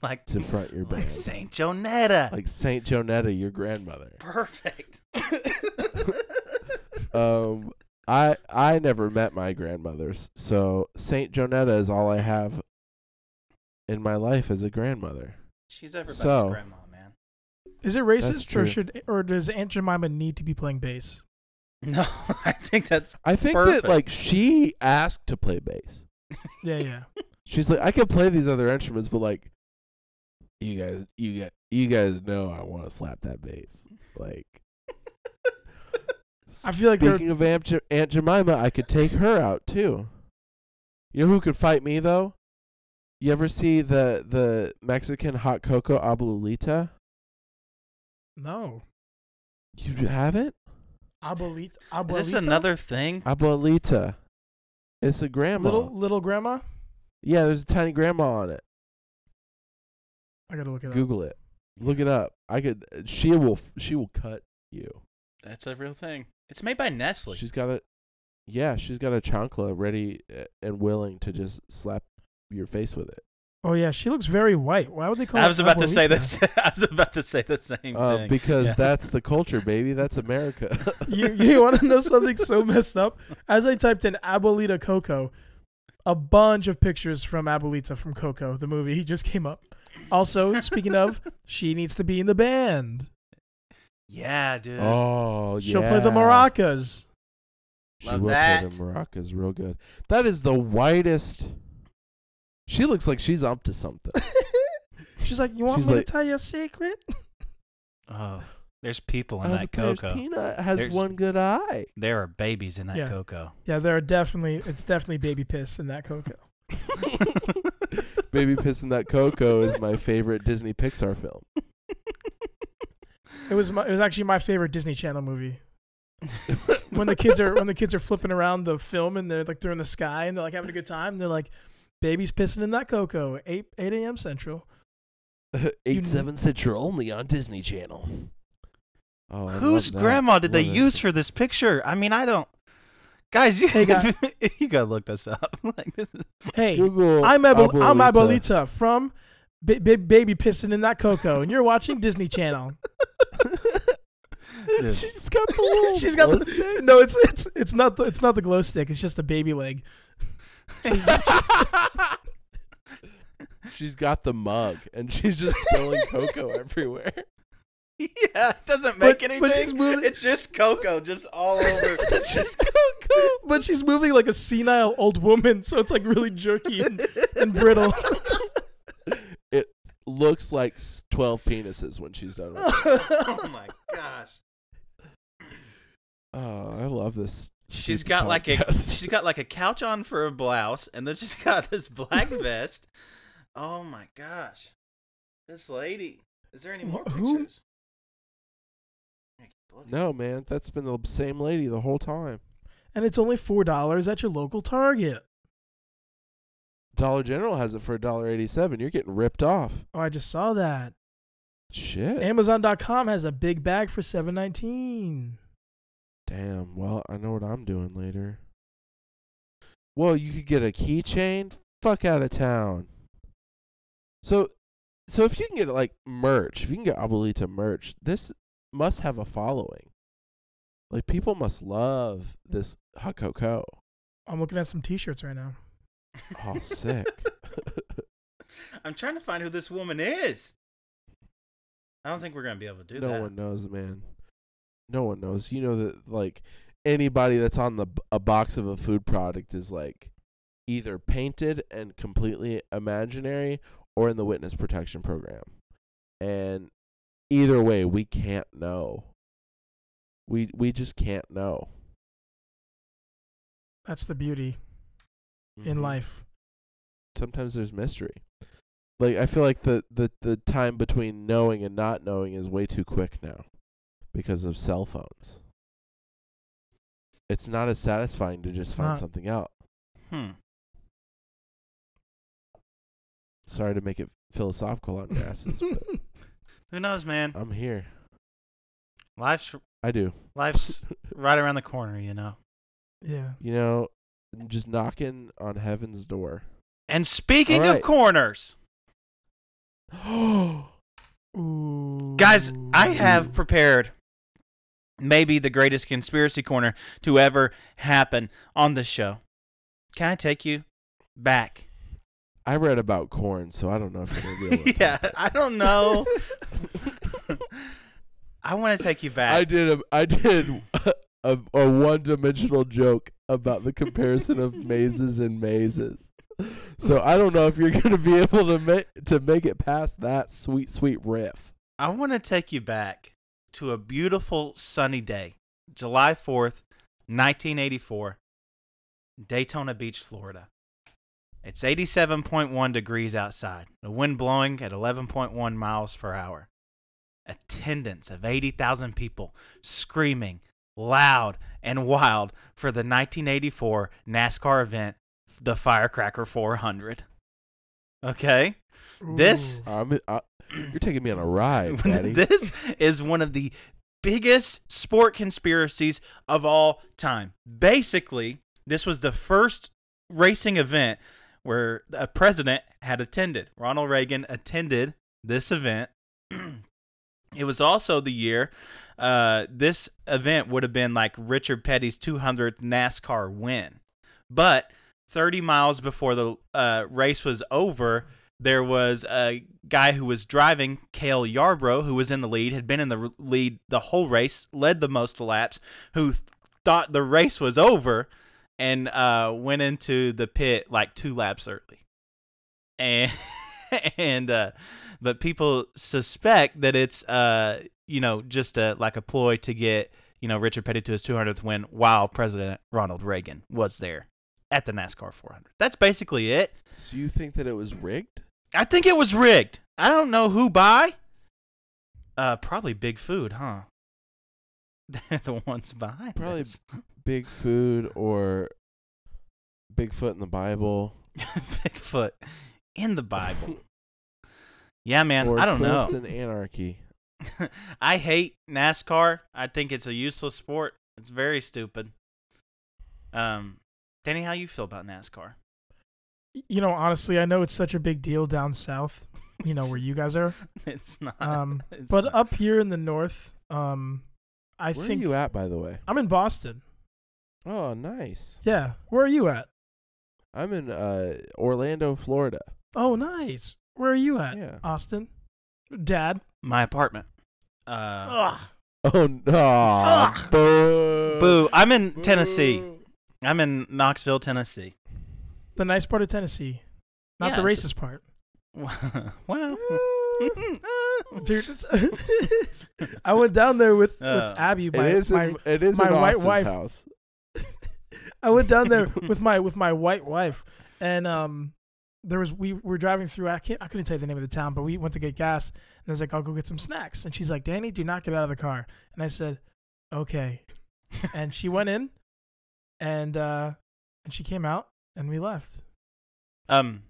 Speaker 1: like
Speaker 3: to front your
Speaker 1: like
Speaker 3: band,
Speaker 1: Saint Jonetta.
Speaker 3: like Saint Jonetta, your grandmother.
Speaker 1: Perfect.
Speaker 3: Um, I I never met my grandmothers, so Saint Jonetta is all I have in my life as a grandmother.
Speaker 1: She's everybody's
Speaker 3: So-
Speaker 1: grandma, man.
Speaker 4: Is it
Speaker 3: That's
Speaker 4: racist
Speaker 3: true.
Speaker 4: or should or does Aunt Jemima need to be playing bass?
Speaker 1: No, I think that's
Speaker 3: I think
Speaker 1: Perfect.
Speaker 3: that like she asked to play bass.
Speaker 4: Yeah, yeah.
Speaker 3: She's like, I can play these other instruments, but like, you guys, you guys, you guys know I want to slap that bass. Like,
Speaker 4: I feel like they're
Speaker 3: speaking of Aunt, Je- Aunt Jemima, I could take her out too. You know who could fight me though? You ever see the the Mexican hot cocoa abuelita?
Speaker 4: no.
Speaker 3: You haven't?
Speaker 4: Abuelita.
Speaker 1: Is this
Speaker 4: abuelita?
Speaker 1: another thing?
Speaker 3: Abuelita. It's a grandma.
Speaker 4: little little grandma?
Speaker 3: yeah, there's a tiny grandma on it.
Speaker 4: I gotta look it up.
Speaker 3: Google it. Look it up. I could. She will. She will cut you.
Speaker 1: That's a real thing. It's made by Nestle.
Speaker 3: She's got a. Yeah, she's got a chancla ready uh, and willing to just slap your face with it.
Speaker 4: Oh yeah, she looks very white. Why would they call?
Speaker 1: I
Speaker 4: her
Speaker 1: was about to say
Speaker 4: abuelita?
Speaker 1: this. I was about to say the same
Speaker 3: Uh,
Speaker 1: thing.
Speaker 3: because
Speaker 1: Yeah.
Speaker 3: that's the culture, baby. That's America.
Speaker 4: you you want to know something so messed up? As I typed in Abuelita Coco, a bunch of pictures from Abuelita from Coco, the movie, he just came up. Also, speaking of, she needs to be in the band.
Speaker 1: yeah, dude.
Speaker 3: oh, yeah.
Speaker 4: She'll play the maracas.
Speaker 3: She
Speaker 1: Love
Speaker 3: will
Speaker 1: that.
Speaker 3: play the maracas real good. That is the whitest. She looks like she's up to something.
Speaker 4: She's like, you want
Speaker 3: She's
Speaker 4: me
Speaker 3: like-
Speaker 4: to tell you a secret?
Speaker 1: Oh, there's people
Speaker 4: Uh,
Speaker 1: in
Speaker 3: Oh,
Speaker 1: that
Speaker 3: look at
Speaker 1: cocoa.
Speaker 3: there's Peanut has
Speaker 1: There's-
Speaker 3: one good eye.
Speaker 1: There are babies in that
Speaker 4: Yeah.
Speaker 1: cocoa.
Speaker 4: Yeah, there are definitely it's definitely baby piss in that Coco.
Speaker 3: Baby Piss in That Cocoa is my favorite Disney Pixar film.
Speaker 4: It was my, it was actually my favorite Disney Channel movie. when the kids are when the kids are flipping around the film and they're like they're in the sky and they're like having a good time. They're like, baby's pissing in that Coco. Eight eight a.m. Central.
Speaker 3: Eight seven Central only on Disney Channel. Oh, I
Speaker 1: Whose
Speaker 3: love that.
Speaker 1: grandma did they
Speaker 3: Love it.
Speaker 1: use for this picture? I mean, I don't. Guys, you
Speaker 4: Hey, guy.
Speaker 1: you gotta look this up. like, this is-
Speaker 4: Hey,
Speaker 3: Google.
Speaker 4: I'm Abel, I'm
Speaker 3: Abuelita.
Speaker 4: Abuelita from B- B- Baby Pissing in That Coco, and you're watching Disney Channel.
Speaker 1: Yeah.
Speaker 3: She's got the little.
Speaker 4: She's got
Speaker 3: pussy.
Speaker 4: the no. It's it's it's not the, it's not the glow stick. It's just a baby leg.
Speaker 3: She's got the mug, and she's just spilling cocoa everywhere.
Speaker 1: yeah, it doesn't
Speaker 4: But-
Speaker 1: make
Speaker 4: but she's
Speaker 1: anything.
Speaker 4: moving-
Speaker 1: it's just cocoa, just all
Speaker 4: Oh,
Speaker 1: over.
Speaker 4: She's cocoa, but she's moving like a senile old woman, so it's like really jerky and, and brittle.
Speaker 3: It looks like s- twelve penises when she's done. With it.
Speaker 1: oh my gosh.
Speaker 3: Oh, I love this.
Speaker 1: She's
Speaker 3: stupid
Speaker 1: got like a
Speaker 3: podcast.
Speaker 1: she's got like a couch on for a blouse, and then she's got this black vest. Oh my gosh, this lady! Is there any more
Speaker 4: Wh- who-
Speaker 1: pictures? I keep looking.
Speaker 3: No, man, that's been the same lady the whole time.
Speaker 4: and it's only four dollars at your local Target.
Speaker 3: Dollar General has it for a dollar eighty-seven. You're getting ripped off.
Speaker 4: Oh, I just saw that.
Speaker 3: Shit.
Speaker 4: Amazon.com has a big bag for seven nineteen.
Speaker 3: Damn. Well, I know what I'm doing later. Well, you could get a keychain. Fuck out of town. So, so if you can get like merch, if you can get Abuelita merch, this must have a following. Like people must love this Hakoko.
Speaker 4: I'm looking at some T-shirts right now.
Speaker 3: Oh, sick.
Speaker 1: I'm trying to find who this woman is. I don't think we're gonna be able to do
Speaker 3: no
Speaker 1: that.
Speaker 3: one knows, man. No one knows. You know that like anybody that's on the b- a box of a food product is like either painted and completely imaginary or in the witness protection program. And either way, we can't know. We we just can't know.
Speaker 4: That's the beauty in
Speaker 3: Mhm.
Speaker 1: Mm-hmm.
Speaker 4: life.
Speaker 3: Sometimes there's mystery. Like I feel like the, the the time between knowing and not knowing is way too quick now because of cell phones. It's not as satisfying to just
Speaker 4: It's
Speaker 3: find
Speaker 4: not.
Speaker 3: something out.
Speaker 1: Hmm.
Speaker 3: Sorry to make it philosophical on your asses, but
Speaker 1: Who knows, man?
Speaker 3: I'm here.
Speaker 1: Life's
Speaker 3: I do.
Speaker 1: life's right around the corner, you know.
Speaker 4: yeah.
Speaker 3: you know, just knocking on heaven's door.
Speaker 1: And speaking
Speaker 3: All
Speaker 1: of
Speaker 3: right.
Speaker 1: corners,
Speaker 3: Oh,
Speaker 4: Ooh.
Speaker 1: guys, I have prepared maybe the greatest conspiracy corner to ever happen on this show. Can I take you back?
Speaker 3: I read about corn, so I don't know if you're gonna be able to
Speaker 1: yeah,
Speaker 3: top it.
Speaker 1: I don't know. I want to take you back.
Speaker 3: I did a I did a, a one dimensional joke about the comparison of mazes and mazes. So I don't know if you're gonna be able to make to make it past that sweet sweet riff.
Speaker 1: I want to take you back to a beautiful sunny day, July 4th, 1984, Daytona Beach, Florida. It's 87.1 degrees outside, the wind blowing at 11.1 miles per hour. Attendance of 80,000 people screaming loud and wild for the 1984 NASCAR event, the Firecracker 400. Okay? This
Speaker 4: Ooh.
Speaker 3: I'm, I, you're taking me on a ride, Daddy.
Speaker 1: this is one of the biggest sport conspiracies of all time. Basically, this was the first racing event where a president had attended. Ronald Reagan attended this event. it was also the year uh, this event would have been like Richard Petty's 200th NASCAR win. But 30 miles before the uh, race was over, there was a guy who was driving, Cale Yarbrough, who was in the lead, had been in the r- lead the whole race, led the most laps, who th- thought the race was over and uh, went into the pit like two laps early. And. And uh, but people suspect that it's uh you know just a like a ploy to get you know Richard Petty to his 200th win while President Ronald Reagan was there at the NASCAR 400. That's basically it.
Speaker 3: So you think that it was rigged?
Speaker 1: I think it was rigged. I don't know who by. Uh, probably Big Food, huh? They're the ones behind.
Speaker 3: Probably
Speaker 1: this.
Speaker 3: Big food or Bigfoot in the Bible?
Speaker 1: Bigfoot in the Bible. Yeah, man.
Speaker 3: or
Speaker 1: I don't know.
Speaker 3: It's an anarchy.
Speaker 1: I hate NASCAR. I think it's a useless sport. It's very stupid. Um, Danny, how you feel about NASCAR?
Speaker 4: You know, honestly, I know it's such a big deal down south. You know where you guys are,
Speaker 1: It's not.
Speaker 4: um,
Speaker 1: it's
Speaker 4: but
Speaker 1: not-
Speaker 4: up here in the north, um, I
Speaker 3: Where
Speaker 4: think
Speaker 3: are you at, by the way?
Speaker 4: I'm in Boston.
Speaker 3: Oh, nice.
Speaker 4: Yeah, where are you at?
Speaker 3: I'm in uh, Orlando, Florida.
Speaker 4: Oh, nice. Where are you at?
Speaker 3: Yeah.
Speaker 4: Austin, Dad.
Speaker 1: my apartment. Uh,
Speaker 4: Ugh.
Speaker 3: Oh no!
Speaker 4: Ugh.
Speaker 3: Boo.
Speaker 1: boo! I'm in Tennessee.
Speaker 3: Boo.
Speaker 1: I'm in Knoxville, Tennessee.
Speaker 4: The nice part of Tennessee, not
Speaker 1: Yeah,
Speaker 4: the
Speaker 1: it's-
Speaker 4: racist part,
Speaker 1: well,
Speaker 4: dude. it's- I went down there with,
Speaker 1: Uh,
Speaker 4: with Abby. My,
Speaker 3: it is.
Speaker 4: my,
Speaker 3: in, it is
Speaker 4: my
Speaker 3: in
Speaker 4: white
Speaker 3: Austin's
Speaker 4: wife-
Speaker 3: house.
Speaker 4: I went down there with my with my white wife, and um, there was we were driving through. I can't I couldn't tell you the name of the town, but we went to get gas, and I was like, I'll go get some snacks, and she's like, Danny, do not get out of the car, and I said, okay, and she went in, and uh, and she came out, and we left.
Speaker 1: um,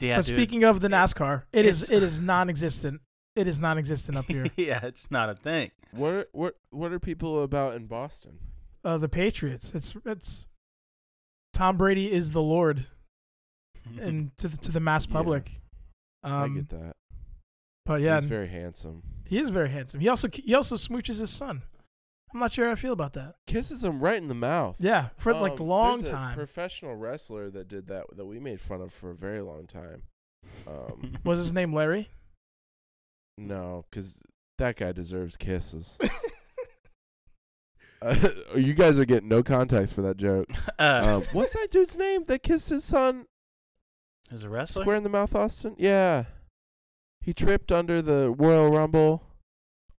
Speaker 1: yeah,
Speaker 4: but
Speaker 1: dude.
Speaker 4: speaking of the NASCAR, it is
Speaker 1: it's-
Speaker 4: it is non-existent. It is non-existent up here.
Speaker 1: yeah, it's not a thing.
Speaker 3: What what what are people about in Boston?
Speaker 4: Uh, the Patriots. It's it's Tom Brady is the Lord, and to the, to the mass
Speaker 3: Yeah.
Speaker 4: public.
Speaker 3: I
Speaker 4: Um,
Speaker 3: get that.
Speaker 4: But yeah,
Speaker 3: he's very handsome.
Speaker 4: he is very handsome. He also he also smooches his son. I'm not sure how I feel about that.
Speaker 3: Kisses him right in the mouth.
Speaker 4: Yeah, for like a
Speaker 3: Um,
Speaker 4: long
Speaker 3: there's
Speaker 4: time.
Speaker 3: professional wrestler that did that that we made fun of for a very long time. Um,
Speaker 4: was his name Larry?
Speaker 3: no, because that guy deserves kisses. Uh, you guys are getting no context for that joke.
Speaker 1: uh,
Speaker 3: Um, what's that dude's name that kissed his son
Speaker 1: who's a wrestler?
Speaker 3: square in the mouth, Austin? Yeah, he tripped under the Royal Rumble.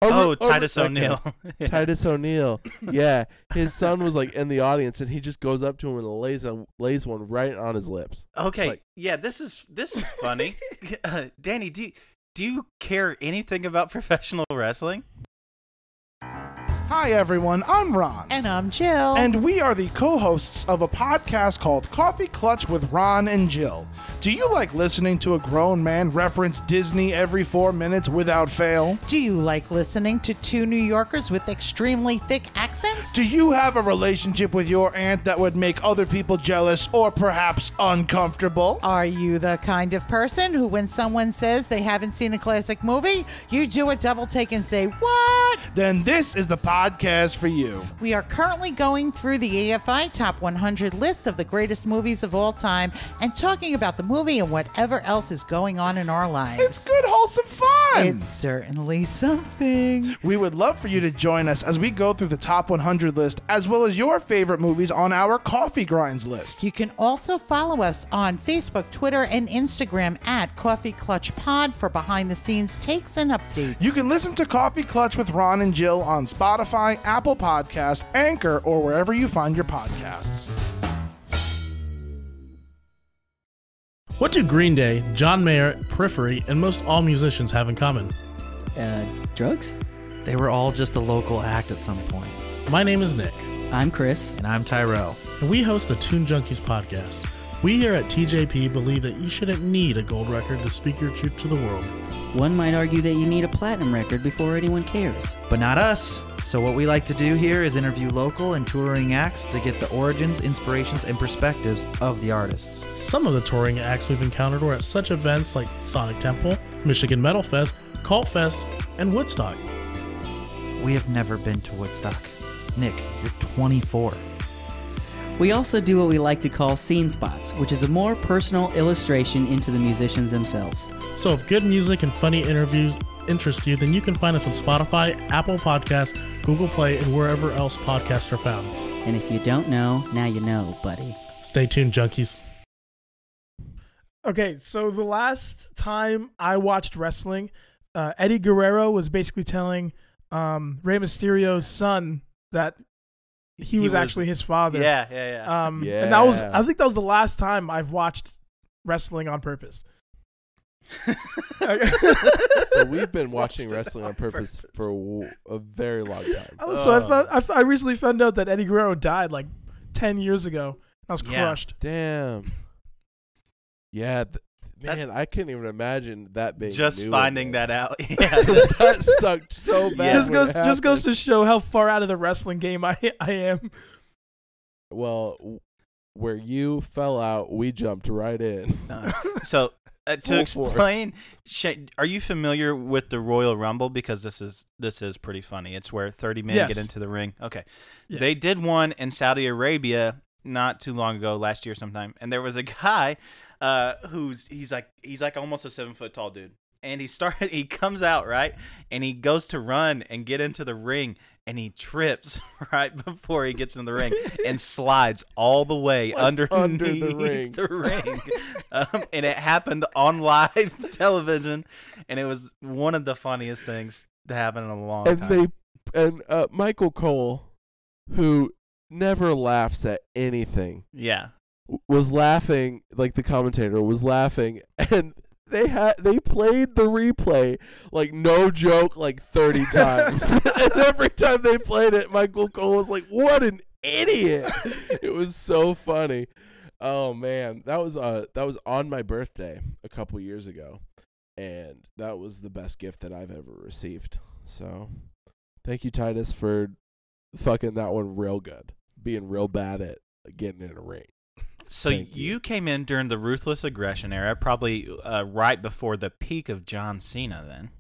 Speaker 3: Over-
Speaker 1: oh,
Speaker 3: over-
Speaker 1: Titus
Speaker 3: that guy.
Speaker 1: O'Neil. Yeah.
Speaker 3: Titus O'Neil. Yeah, his son was like in the audience, and he just goes up to him and lays a, lays one right on his lips.
Speaker 1: Okay,
Speaker 3: like-
Speaker 1: yeah, this is this is funny. uh, Danny, do do you care anything about professional wrestling?
Speaker 5: Hi, everyone. I'm Ron.
Speaker 6: And I'm Jill.
Speaker 5: And we are the co hosts of a podcast called Coffee Clutch with Ron and Jill. Do you like listening to a grown man reference Disney every four minutes without fail?
Speaker 6: do you like listening to two New Yorkers with extremely thick accents?
Speaker 5: Do you have a relationship with your aunt that would make other people jealous or perhaps uncomfortable?
Speaker 6: are you the kind of person who, when someone says they haven't seen a classic movie, you do a double take and say, What? not.
Speaker 5: then this is the podcast for you.
Speaker 6: We are currently going through the AFI Top 100 list of the greatest movies of all time and talking about the movie and whatever else is going on in our
Speaker 5: It's
Speaker 6: lives.
Speaker 5: good, wholesome fun.
Speaker 6: It's certainly something.
Speaker 5: We would love for you to join us as we go through the top 100 list, as well as your favorite movies on our Coffee Grinds list.
Speaker 6: You can also follow us on Facebook, Twitter, and Instagram at Coffee Clutch Pod for behind the scenes takes and updates.
Speaker 5: You can listen to Coffee Clutch with Ron and Jill on Spotify, Apple Podcast, Anchor, or wherever you find your podcasts.
Speaker 7: What do Green Day, John Mayer, Periphery, and most all musicians have in common?
Speaker 8: Uh, drugs?
Speaker 9: They were all just a local act at some point.
Speaker 7: My name is Nick,
Speaker 8: I'm Chris.
Speaker 9: And I'm Tyrell.
Speaker 7: and we host the Tune Junkies podcast. We here at TJP believe that you shouldn't need a gold record to speak your truth to the world.
Speaker 8: One might argue that you need a platinum record before anyone cares.
Speaker 9: But not us. So, what we like to do here is interview local and touring acts to get the origins, inspirations, and perspectives of the artists.
Speaker 7: Some of the touring acts we've encountered were at such events like Sonic Temple, Michigan Metal Fest, Cult Fest, and Woodstock.
Speaker 9: We have never been to Woodstock. Nick, you're 24.
Speaker 8: We also do what we like to call scene spots, which is a more personal illustration into the musicians themselves.
Speaker 7: So if good music and funny interviews interest you, then you can find us on Spotify, Apple Podcasts, Google Play, and wherever else podcasts are found.
Speaker 8: And if you don't know, now you know, buddy.
Speaker 7: Stay tuned, junkies.
Speaker 4: Okay, so the last time I watched wrestling, uh, Eddie Guerrero was basically telling um, Rey Mysterio's son that he,
Speaker 1: He
Speaker 4: was,
Speaker 1: was-
Speaker 4: actually his father.
Speaker 1: Yeah, yeah, yeah.
Speaker 4: Um, And that was,
Speaker 3: Yeah.
Speaker 4: I think that was the last time I've watched wrestling on purpose. Uh,
Speaker 3: So we've been watching wrestling on purpose for w- a very long time.
Speaker 4: Oh, so I, found, I, f- I recently found out that Eddie Guerrero died like 10 years ago. I was
Speaker 1: Yeah.
Speaker 4: crushed.
Speaker 3: Damn. Yeah, th- man, I couldn't even imagine that being
Speaker 1: Just
Speaker 3: new
Speaker 1: finding
Speaker 3: again.
Speaker 1: that out. Yeah.
Speaker 3: that sucked so
Speaker 1: Yeah.
Speaker 3: bad.
Speaker 4: Just
Speaker 3: when it
Speaker 4: goes just goes
Speaker 3: happened.
Speaker 4: to show how far out of the wrestling game I I am.
Speaker 3: well, w- where you fell out, we jumped right in.
Speaker 1: so uh, to
Speaker 3: Full
Speaker 1: explain, Shane, are you familiar with the Royal Rumble? Because this is this is pretty funny. It's where thirty men get
Speaker 4: Yes.
Speaker 1: into the ring. Okay,
Speaker 4: Yeah.
Speaker 1: they did one in Saudi Arabia not too long ago, last year sometime, and there was a guy uh, who's he's like he's like almost a seven foot tall dude. And he started. He comes out right, and he goes to run and get into the ring, and he trips right before he gets into the ring, and slides all the way
Speaker 3: Slides
Speaker 1: underneath
Speaker 3: under the ring.
Speaker 1: the ring. um, and it happened on live television, and it was one of the funniest things to happen in a long
Speaker 3: and
Speaker 1: time.
Speaker 3: they and uh, Michael Cole, who never laughs at anything,
Speaker 1: yeah,
Speaker 3: w- was laughing like the commentator was laughing and. They had they played the replay like no joke like thirty times, and every time they played it, Michael Cole was like, "What an idiot!" it was so funny. Oh man, that was uh that was on my birthday a couple years ago, and that was the best gift that I've ever received. So, thank you Titus for fucking that one real good, being real bad at getting in a ring.
Speaker 1: So
Speaker 3: Thank
Speaker 1: you
Speaker 3: you.
Speaker 1: came in during the ruthless aggression era, probably uh, right before the peak of John Cena. Then,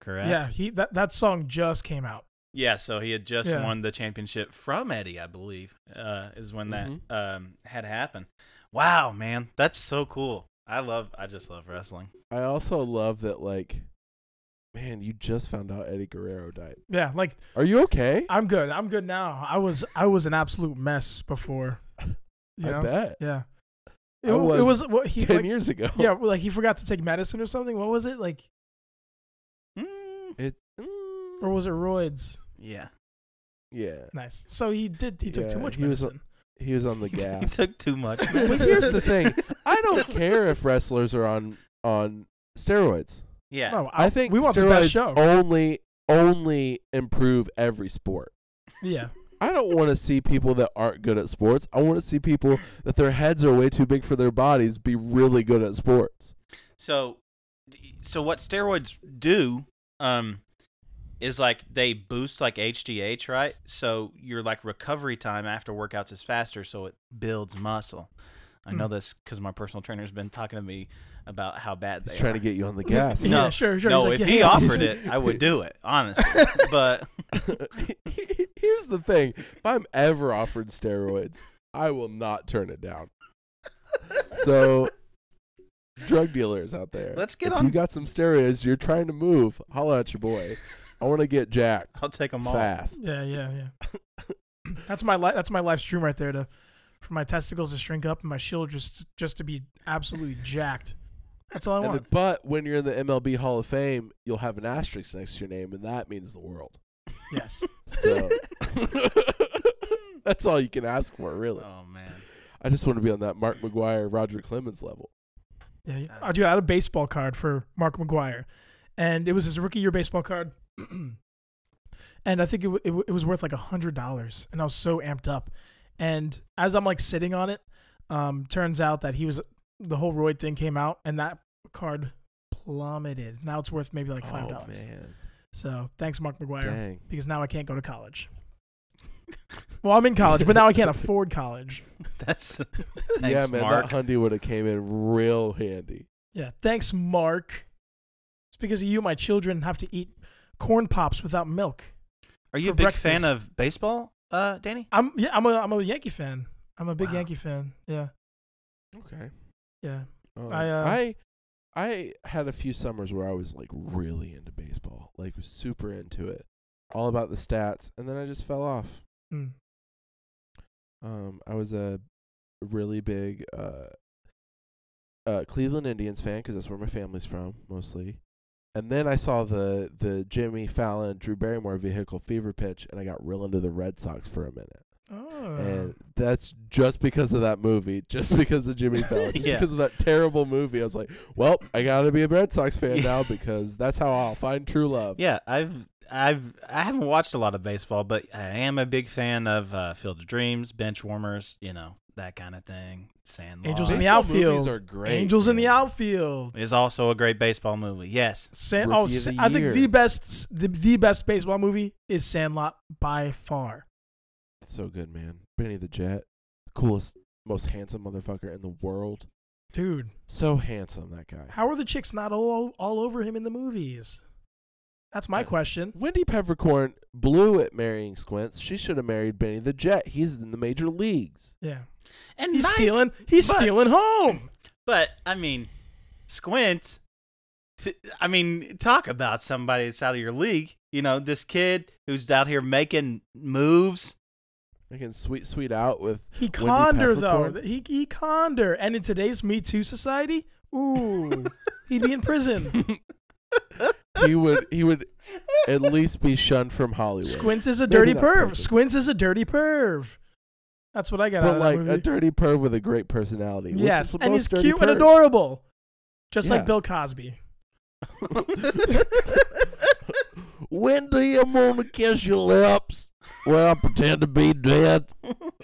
Speaker 1: correct?
Speaker 4: Yeah, he that, that song just came out.
Speaker 1: Yeah. So he had just
Speaker 4: Yeah.
Speaker 1: won the championship from Eddie, I believe, uh, is when
Speaker 3: Mhm.
Speaker 1: that um, had happened. Wow, man, that's so cool. I love. I just love wrestling.
Speaker 3: I also love that like, man, you just found out Eddie Guerrero died.
Speaker 4: Yeah, like
Speaker 3: Are you okay?
Speaker 4: I'm good. I'm good now. I was I was an absolute mess before. You
Speaker 3: I
Speaker 4: know?
Speaker 3: bet.
Speaker 4: Yeah.
Speaker 3: I
Speaker 4: It, was, it
Speaker 3: was
Speaker 4: was what he
Speaker 3: Ten
Speaker 4: like,
Speaker 3: years ago.
Speaker 4: yeah well, like he forgot to take medicine or something. What was it like?
Speaker 1: Mm,
Speaker 3: It. mm,
Speaker 4: Or was it roids?
Speaker 1: yeah.
Speaker 3: yeah.
Speaker 4: Nice. So he did. He took too
Speaker 3: Yeah,
Speaker 4: much
Speaker 3: he was-
Speaker 4: medicine.
Speaker 3: He was on the
Speaker 1: he
Speaker 3: gas.
Speaker 1: took too much.
Speaker 3: But here's the thing. I don't care if wrestlers are on on steroids.
Speaker 1: Yeah.
Speaker 4: No,
Speaker 3: I think
Speaker 4: Oh, we want
Speaker 3: steroids
Speaker 4: the best show.
Speaker 3: only only improve every sport.
Speaker 4: yeah.
Speaker 3: I don't want to see people that aren't good at sports. I want to see people that their heads are way too big for their bodies be really good at sports.
Speaker 1: So, so what steroids do, um, is like they boost like HGH, right? So your like recovery time after workouts is faster, so it builds muscle. I know
Speaker 4: Hmm.
Speaker 1: this because my personal trainer's been talking to me about how bad
Speaker 3: He's
Speaker 1: they
Speaker 3: trying
Speaker 1: are.
Speaker 3: to get you on the gas.
Speaker 4: Yeah,
Speaker 1: No,
Speaker 4: sure, sure.
Speaker 1: No,
Speaker 4: He's like,
Speaker 1: if
Speaker 4: yeah,
Speaker 1: he
Speaker 4: yeah.
Speaker 1: offered it, I would do it, honestly. but
Speaker 3: Here's the thing: if I'm ever offered steroids, I will not turn it down. So, drug dealers out there,
Speaker 1: Let's get
Speaker 3: if
Speaker 1: on-
Speaker 3: You got some steroids? You're trying to move? Holla at your boy. I want to get jacked
Speaker 1: I'll take them all.
Speaker 3: fast.
Speaker 4: Yeah, yeah, yeah. that's my li- that's my live stream right there to for my testicles to shrink up and my shield just just to be absolutely jacked. That's all I
Speaker 3: And
Speaker 4: want.
Speaker 3: the- but when you're in the MLB Hall of Fame, you'll have an asterisk next to your name, and that means the world.
Speaker 4: yes.
Speaker 3: So that's all you can ask for, really.
Speaker 1: Oh man.
Speaker 3: I just want to be on that Mark McGuire, Roger Clemens level.
Speaker 4: Yeah, yeah. Oh, dude, I had a baseball card for Mark McGuire, and it was his rookie year baseball card, and I think it, w- it, w- it was worth like a hundred dollars, and I was so amped up, and as I'm like sitting on it, um, turns out that he was the whole roid thing came out, and that card plummeted. Now it's worth maybe like five
Speaker 3: oh
Speaker 4: dollars.
Speaker 3: man,
Speaker 4: so thanks, Mark McGuire,
Speaker 3: dang.
Speaker 4: because now I can't go to college. well, I'm in college, but now I can't afford college.
Speaker 1: That's
Speaker 3: yeah,
Speaker 1: Thanks,
Speaker 3: man,
Speaker 1: Mark.
Speaker 3: that hundy would have came in real handy.
Speaker 4: Yeah, thanks, Mark. It's because of you, my children have to eat corn pops without milk.
Speaker 1: Are you a
Speaker 4: For
Speaker 1: big fan
Speaker 4: breakfast.
Speaker 1: of baseball, uh, Danny?
Speaker 4: I'm yeah, I'm a I'm a Yankee fan. I'm a big
Speaker 1: Wow.
Speaker 4: Yankee fan. Yeah,
Speaker 3: Okay.
Speaker 4: yeah.
Speaker 3: Um,
Speaker 4: I,
Speaker 3: I,
Speaker 4: uh,
Speaker 3: I had a few summers where I was like really into baseball, like was super into it, all about the stats, and then I just fell off.
Speaker 4: Mm.
Speaker 3: Um, I was a really big uh, uh, Cleveland Indians fan because that's where my family's from mostly. And then I saw the the Jimmy Fallon Drew Barrymore vehicle fever pitch, and I got real into the Red Sox for a minute.
Speaker 4: Oh,
Speaker 1: Uh.
Speaker 3: And that's just because of that movie, just because of Jimmy Fallon, just
Speaker 1: Yeah.
Speaker 3: because of that terrible movie. I was like, well, I gotta be a Red Sox fan
Speaker 1: Yeah.
Speaker 3: now because that's how I'll find true love.
Speaker 1: Yeah, I've I've I haven't watched a lot of baseball, but I am a big fan of uh, Field of Dreams, bench warmers, you know that kind of thing. Sandlot
Speaker 4: Angels in the
Speaker 3: Baseball movies
Speaker 4: outfield.
Speaker 3: are great.
Speaker 4: Angels in the
Speaker 3: man.
Speaker 4: outfield.
Speaker 1: is also a great baseball movie. Yes,
Speaker 4: San,
Speaker 3: Rookie
Speaker 4: oh,
Speaker 3: of
Speaker 4: Sa-
Speaker 3: the
Speaker 4: I think
Speaker 3: year.
Speaker 4: the best the, the best baseball movie is Sandlot by far.
Speaker 3: So good, man. Benny the Jet, coolest, most handsome motherfucker in the world.
Speaker 4: Dude,
Speaker 3: So handsome, that guy.
Speaker 4: how are the chicks not all all over him in the movies? That's my
Speaker 3: I-
Speaker 4: question.
Speaker 3: Wendy Peppercorn blew at marrying Squints. She should have married Benny the Jet. He's in the major leagues.
Speaker 4: Yeah,
Speaker 1: and
Speaker 4: he's
Speaker 1: nice-
Speaker 4: stealing. He's
Speaker 1: but-
Speaker 4: stealing home.
Speaker 1: But I mean, Squint. t- I mean, talk about somebody that's out of your league. You know, this kid who's out here making moves.
Speaker 3: Making sweet, sweet out with
Speaker 4: He
Speaker 3: Wendy
Speaker 4: conder though.
Speaker 3: Peppercorn.
Speaker 4: He he conder. And in today's Me Too society, ooh, he'd be in prison.
Speaker 3: he would he would at least be shunned from Hollywood.
Speaker 4: Squints is a
Speaker 3: Maybe
Speaker 4: dirty
Speaker 3: not
Speaker 4: perv.
Speaker 3: prison.
Speaker 4: Squints is a dirty perv. That's what I got out
Speaker 3: but
Speaker 4: of
Speaker 3: like
Speaker 4: that
Speaker 3: a
Speaker 4: movie.
Speaker 3: dirty perv with a great personality. which is
Speaker 4: yes,
Speaker 3: the
Speaker 4: and
Speaker 3: most
Speaker 4: he's
Speaker 3: dirty
Speaker 4: cute and
Speaker 3: pervs.
Speaker 4: adorable, just
Speaker 3: Yeah.
Speaker 4: like Bill Cosby.
Speaker 3: when do you want to kiss your lips? Well, I pretend to be dead.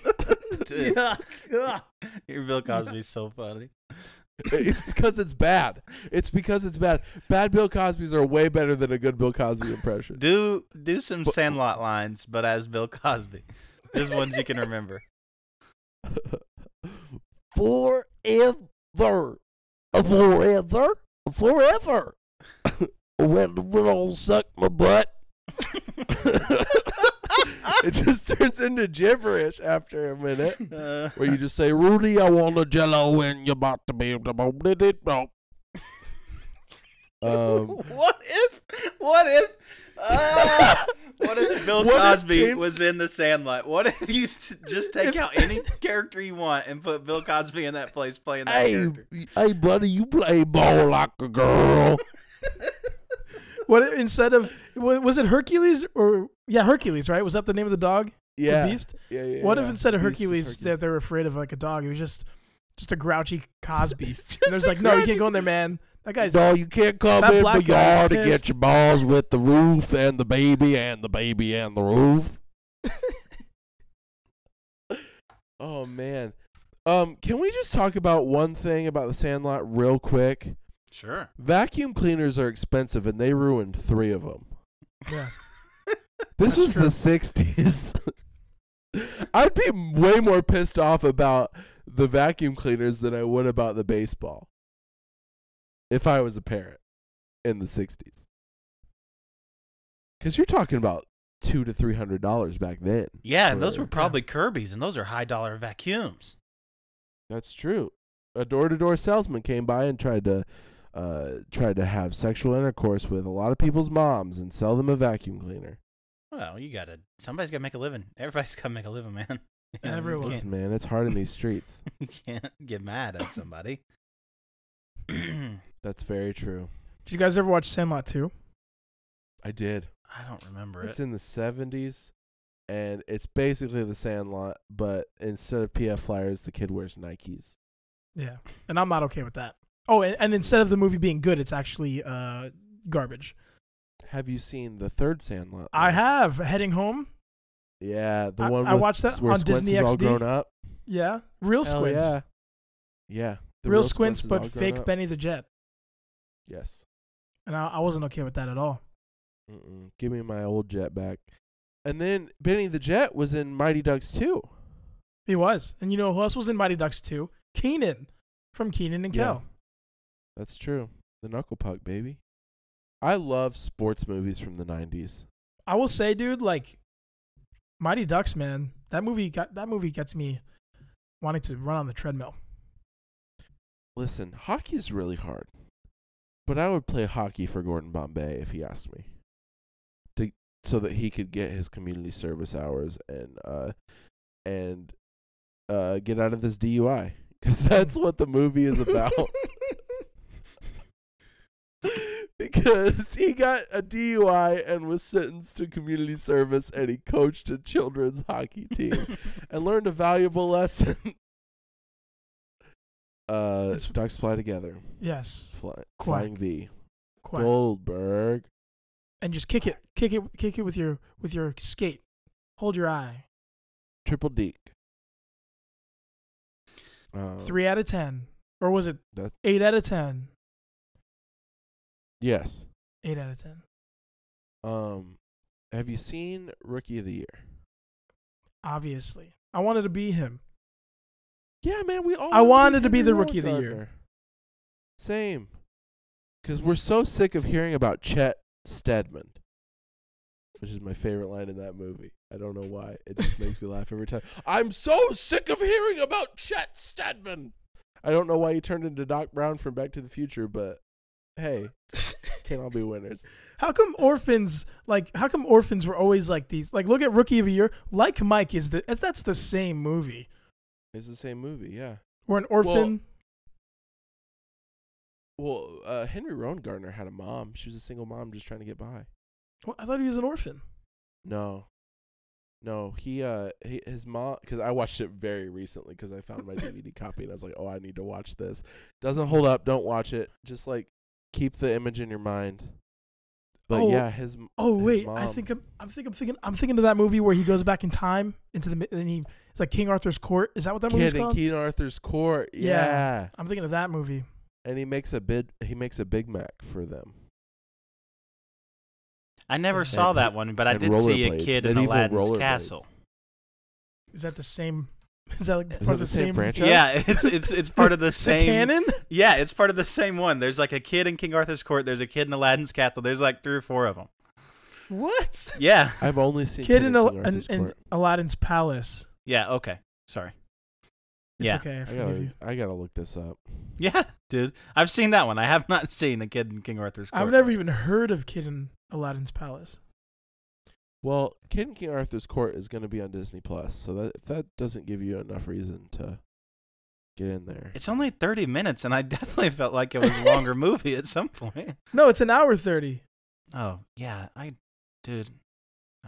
Speaker 1: Dude,
Speaker 4: Ugh.
Speaker 1: your Bill Cosby's so funny.
Speaker 3: It's because it's bad. It's because it's bad. Bad Bill Cosby's are way better than a good Bill Cosby impression.
Speaker 1: Do do some Sandlot lines, but as Bill Cosby. There's ones you can remember.
Speaker 3: forever, forever, forever. when the world suck my butt. it just turns into gibberish after a minute,
Speaker 1: Uh,
Speaker 3: where you just say, "Rudy, I want a Jello, and you're about to be able to blit it up." Um,
Speaker 1: what if? What if? Uh, what if Bill
Speaker 3: What if
Speaker 1: Cosby
Speaker 3: James-
Speaker 1: was in the Sandlot? What if you s- just take out any character you want and put Bill Cosby in that place playing that
Speaker 3: hey,
Speaker 1: character?
Speaker 3: hey, buddy, you play ball like a girl.
Speaker 4: What if- instead of wa- was it Hercules or yeah Hercules right? Was that the name of the dog?
Speaker 3: Yeah.
Speaker 4: beast?
Speaker 3: Yeah, yeah,
Speaker 4: what
Speaker 3: yeah.
Speaker 4: if instead of
Speaker 3: Beast is
Speaker 4: Hercules, that they're afraid of like a dog? It was just just a grouchy Cosby.
Speaker 3: Just
Speaker 4: and there's
Speaker 3: a
Speaker 4: like, no, you
Speaker 3: grouchy
Speaker 4: can't go in there, man. That guy's
Speaker 3: No, you can't come
Speaker 4: That
Speaker 3: in
Speaker 4: black
Speaker 3: the
Speaker 4: guy's
Speaker 3: yard to
Speaker 4: pissed.
Speaker 3: get your balls with the roof and the baby and the baby and the roof. oh man. Um, can we just talk about one thing about the Sandlot real quick?
Speaker 1: Sure.
Speaker 3: Vacuum cleaners are expensive, and they ruined three of them.
Speaker 4: Yeah.
Speaker 3: This
Speaker 4: That's
Speaker 3: was
Speaker 4: true.
Speaker 3: the '60s. I'd be way more pissed off about the vacuum cleaners than I would about the baseball. If I was a parent in the '60s, because you're talking about two to three hundred dollars back then.
Speaker 1: Yeah, and those
Speaker 3: for-
Speaker 1: were probably Kirby's, and those are high dollar vacuums.
Speaker 3: That's true. A door to door salesman came by and tried to uh, tried to have sexual intercourse with a lot of people's moms and sell them a vacuum cleaner.
Speaker 1: Well, you gotta. Somebody's gotta make a living. Everybody's gotta make a living, man. You know,
Speaker 4: Everyone.
Speaker 1: You
Speaker 3: Listen,
Speaker 1: can't,
Speaker 3: man, it's hard in these streets.
Speaker 1: you can't get mad at somebody. I
Speaker 3: That's very true.
Speaker 4: Did you guys ever watch Sandlot 2?
Speaker 3: I did.
Speaker 1: don't remember
Speaker 3: It's
Speaker 1: it.
Speaker 3: in the seventies, and it's basically the Sandlot, but instead of PF flyers, the kid wears Nikes.
Speaker 4: Yeah. And I'm not okay with that. Oh, and, and instead of the movie being good, it's actually uh, garbage.
Speaker 3: Have you seen the third Sandlot?
Speaker 4: I have Heading Home.
Speaker 3: Yeah, the
Speaker 4: I-
Speaker 3: one
Speaker 4: I
Speaker 3: with
Speaker 4: watched that
Speaker 3: where
Speaker 4: on
Speaker 3: Squints
Speaker 4: Disney
Speaker 3: is all
Speaker 4: XD.
Speaker 3: grown up.
Speaker 4: Yeah. Real
Speaker 3: Hell
Speaker 4: squints.
Speaker 3: Yeah. Yeah. the
Speaker 4: real, squints,
Speaker 3: is all
Speaker 4: but
Speaker 3: grown
Speaker 4: fake
Speaker 3: up.
Speaker 4: Benny the Jet.
Speaker 3: Yes.
Speaker 4: And I, I wasn't okay with that at all.
Speaker 3: Mm-mm. Give me my old jet back. And then Benny the Jet was in Mighty Ducks 2.
Speaker 4: He was. And you know who else was in Mighty Ducks 2? Keenan from Keenan and
Speaker 3: Yeah.
Speaker 4: Kel.
Speaker 3: That's true. The Knuckle Puck, baby. I love sports movies from the 90s.
Speaker 4: I will say, dude, like Mighty Ducks, man. That movie got that movie gets me wanting to run on the treadmill.
Speaker 3: Listen, hockey's really hard. But I would play hockey for Gordon Bombay if he asked me. To so that he could get his community service hours and uh and uh get out of this DUI cuz that's what the movie is about. because he got a DUI and was sentenced to community service and he coached a children's hockey team and learned a valuable lesson. Uh,
Speaker 4: It's-
Speaker 3: ducks fly together.
Speaker 4: Yes.
Speaker 3: Fly,
Speaker 4: Quack.
Speaker 3: flying V.
Speaker 4: Quack.
Speaker 3: Goldberg.
Speaker 4: And just kick it. Kick it kick it with your with your skate. Hold your eye.
Speaker 3: Triple Deke. Uh,
Speaker 4: Three out of ten. Or was it
Speaker 3: That-
Speaker 4: eight out of ten?
Speaker 3: Yes.
Speaker 4: Eight out of ten.
Speaker 3: Um, have you seen Rookie of the Year?
Speaker 4: Obviously. I wanted to be him.
Speaker 3: Yeah, man, we all.
Speaker 4: I
Speaker 3: wanna
Speaker 4: wanted to be
Speaker 3: Henry
Speaker 4: the rookie of the year.
Speaker 3: Roethlisberger. Same, because we're so sick of hearing about Chet Stedman, which is my favorite line in that movie. I don't know why it just makes me laugh every time. I'm so sick of hearing about Chet Stedman. I don't know why he turned into Doc Brown from Back to the Future, but hey, can all be winners.
Speaker 4: How come orphans like how come orphans were always like these? Like look at Rookie of the Year. Like Mike is the that's the same movie.
Speaker 3: It's the same movie, yeah.
Speaker 4: Where an orphan
Speaker 3: Well, uh, Henry Roan Gardner had a mom. She was a single mom just trying to get by.
Speaker 4: Well, I thought he was an orphan.
Speaker 3: No. No, he uh he, his mom cuz I watched it very recently cuz I found my DVD copy and I was like, "Oh, I need to watch this." Doesn't hold up, don't watch it. Just like keep the image in your mind. But
Speaker 4: Oh,
Speaker 3: yeah, his m-
Speaker 4: Oh
Speaker 3: his
Speaker 4: wait, I
Speaker 3: mom-
Speaker 4: think I'm, I'm think I'm thinking I'm thinking of that movie where he goes back in time into the mi- and he it's like King Arthur's court. Is that what that movie's
Speaker 3: Kid in
Speaker 4: called?
Speaker 3: King Arthur's court. Yeah.
Speaker 4: Yeah. I'm thinking of that movie.
Speaker 3: And he makes a bid he makes a Big Mac for them.
Speaker 1: I never saw
Speaker 3: And-
Speaker 1: that one, but I
Speaker 3: and
Speaker 1: did see a
Speaker 3: rollerblades,
Speaker 1: kid in
Speaker 3: medieval
Speaker 1: Aladdin's
Speaker 3: rollerblades.
Speaker 1: castle.
Speaker 4: Is that the same? Is that like
Speaker 3: Is
Speaker 4: part
Speaker 3: that
Speaker 4: of
Speaker 3: the same franchise?
Speaker 1: Yeah, it's it's it's part of the
Speaker 4: It's a
Speaker 1: same.
Speaker 4: canon.
Speaker 1: Yeah, it's part of the same one. There's like a kid in King Arthur's court. There's a kid in Aladdin's castle. There's like three or four of them.
Speaker 4: What?
Speaker 1: Yeah,
Speaker 3: I've only seen
Speaker 4: Kid in,
Speaker 3: King
Speaker 4: Al- in,
Speaker 3: Arthur's
Speaker 4: in
Speaker 3: court.
Speaker 4: Aladdin's palace.
Speaker 1: yeah. Okay, sorry.
Speaker 4: It's
Speaker 1: yeah,
Speaker 4: okay. I
Speaker 3: I
Speaker 4: forgive
Speaker 3: got
Speaker 4: you.
Speaker 3: to I got to look this up.
Speaker 1: yeah, dude. I've seen that one. I have not seen a kid in King Arthur's court.
Speaker 4: I've never even heard of Kid in Aladdin's palace.
Speaker 3: Well, Kid in King Arthur's Court is going to be on Disney Plus, so that if that doesn't give you enough reason to get in there.
Speaker 1: It's only 30 minutes, and I definitely felt like it was a longer movie at some point.
Speaker 4: No, it's an hour thirty.
Speaker 1: Oh, yeah. I, dude,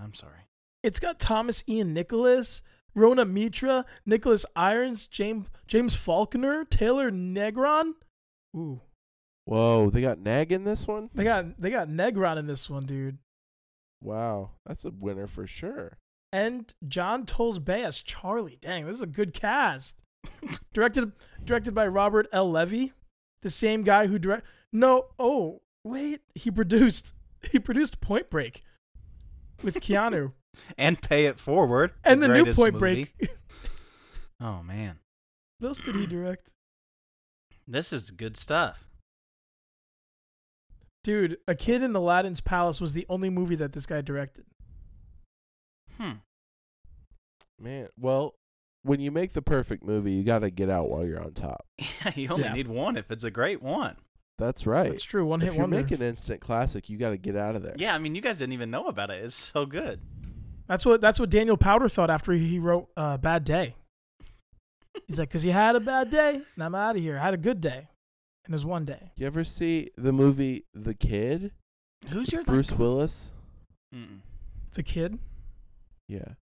Speaker 1: I'm sorry.
Speaker 4: It's got Thomas Ian Nicholas, Rona Mitra, Nicholas Irons, James James Faulkner, Taylor Negron. Ooh.
Speaker 3: Whoa, they got Nag in this one?
Speaker 4: They got they got Negron in this one, dude.
Speaker 3: Wow, that's a winner for sure.
Speaker 4: And John Tolsbay as Charlie. Dang, this is a good cast. directed directed by Robert L. Levy, the same guy who direct. No, oh wait, he produced he produced Point Break with Keanu
Speaker 1: And Pay It Forward.
Speaker 4: and the new
Speaker 1: greatest
Speaker 4: Point
Speaker 1: movie.
Speaker 4: Break.
Speaker 1: Oh, man.
Speaker 4: what else did he direct?
Speaker 1: This is good stuff.
Speaker 4: Dude, A Kid in Aladdin's Palace was the only movie that this guy directed.
Speaker 1: Hmm.
Speaker 3: Man, well, when you make the perfect movie, you got to get out while you're on top.
Speaker 1: Yeah, you only
Speaker 4: Yeah.
Speaker 1: need one if it's a great one.
Speaker 3: That's right.
Speaker 4: That's true. One
Speaker 3: if
Speaker 4: hit
Speaker 3: you
Speaker 4: wonder.
Speaker 3: make an instant classic, you got to get out of there.
Speaker 1: Yeah, I mean, you guys didn't even know about it. It's so good.
Speaker 4: That's what that's what Daniel Powder thought after he wrote uh, "Bad Day." He's like, "Cause you had a bad day, and I'm out of here. I had a good day, and it was one day."
Speaker 3: You ever see the movie The Kid?
Speaker 1: Who's
Speaker 3: with
Speaker 1: your
Speaker 3: Bruce Willis?
Speaker 1: Mm-mm.
Speaker 4: The kid.
Speaker 3: Yeah.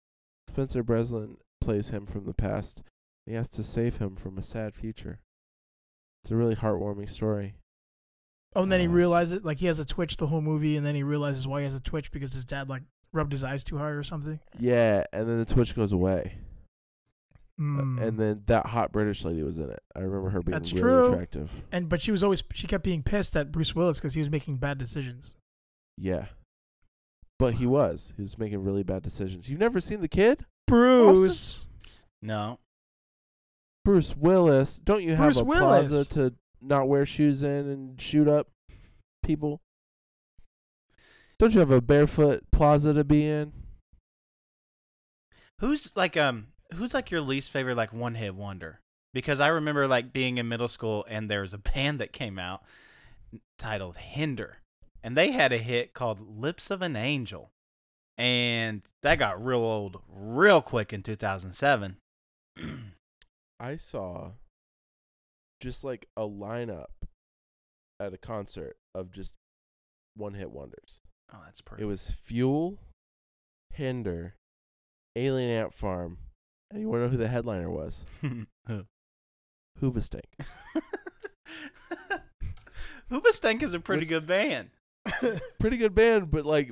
Speaker 3: Spencer Breslin plays him from the past. He has to save him from a sad future. It's a really heartwarming story.
Speaker 4: Oh, and then he
Speaker 3: Nice.
Speaker 4: realizes like he has a twitch the whole movie, and then he realizes why he has a twitch because his dad like rubbed his eyes too hard or something.
Speaker 3: Yeah, and then the twitch goes away. Uh,
Speaker 4: Mm.
Speaker 3: And then that hot British lady was in it. I remember her being
Speaker 4: That's
Speaker 3: really
Speaker 4: true.
Speaker 3: attractive.
Speaker 4: and but she was always she kept being pissed at Bruce Willis because he was making bad decisions.
Speaker 3: Yeah. But he was. He was making really bad decisions. You've never seen the kid?
Speaker 4: Bruce.
Speaker 1: No.
Speaker 3: Bruce Willis. Don't you have
Speaker 4: Bruce
Speaker 3: a
Speaker 4: Willis.
Speaker 3: plaza to not wear shoes in and shoot up people? Don't you have a barefoot plaza to be in?
Speaker 1: Who's like um who's like your least favorite like one hit wonder? Because I remember like being in middle school and there was a band that came out titled Hinder. And they had a hit called Lips of an Angel. And that got real old real quick in 2007.
Speaker 3: I saw just like a lineup at a concert of just one hit wonders.
Speaker 1: Oh, that's perfect.
Speaker 3: It was Fuel, Hinder, Alien Ant Farm, and you want to know who the headliner was? Hoovastank.
Speaker 1: Hoobastank is a pretty
Speaker 3: Which-
Speaker 1: good band.
Speaker 3: Pretty good band, but like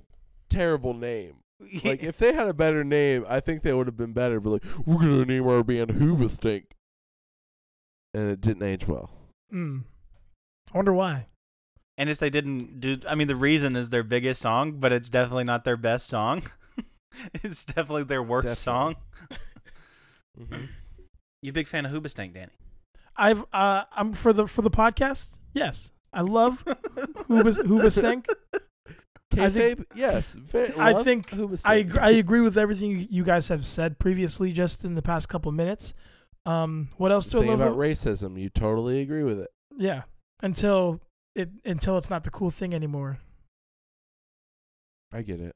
Speaker 3: terrible name. Like if they had a better name, I think they would have been better. But like we're gonna name our band Hoovastank, and it didn't age well.
Speaker 4: Mm. I wonder why.
Speaker 1: And if they didn't do, I mean, the reason is their biggest song, but it's definitely not their best song. it's definitely their worst song.
Speaker 3: Mm-hmm.
Speaker 1: You a big fan of Hoobastank, Danny?
Speaker 4: I've uh I'm for the for the podcast. Yes, I love Hoobastank. Hoobastank. I think-
Speaker 3: Kayfabe, yes. Ve-
Speaker 4: I
Speaker 3: love
Speaker 4: think
Speaker 3: Hoobastank.
Speaker 4: I agr- I agree with everything you- you guys have said previously, just in the past couple minutes. Um, what else do I
Speaker 3: Thing
Speaker 4: love?
Speaker 3: about
Speaker 4: ab-
Speaker 3: racism, you totally agree with it.
Speaker 4: yeah, until it until it's not the cool thing anymore.
Speaker 3: I get it.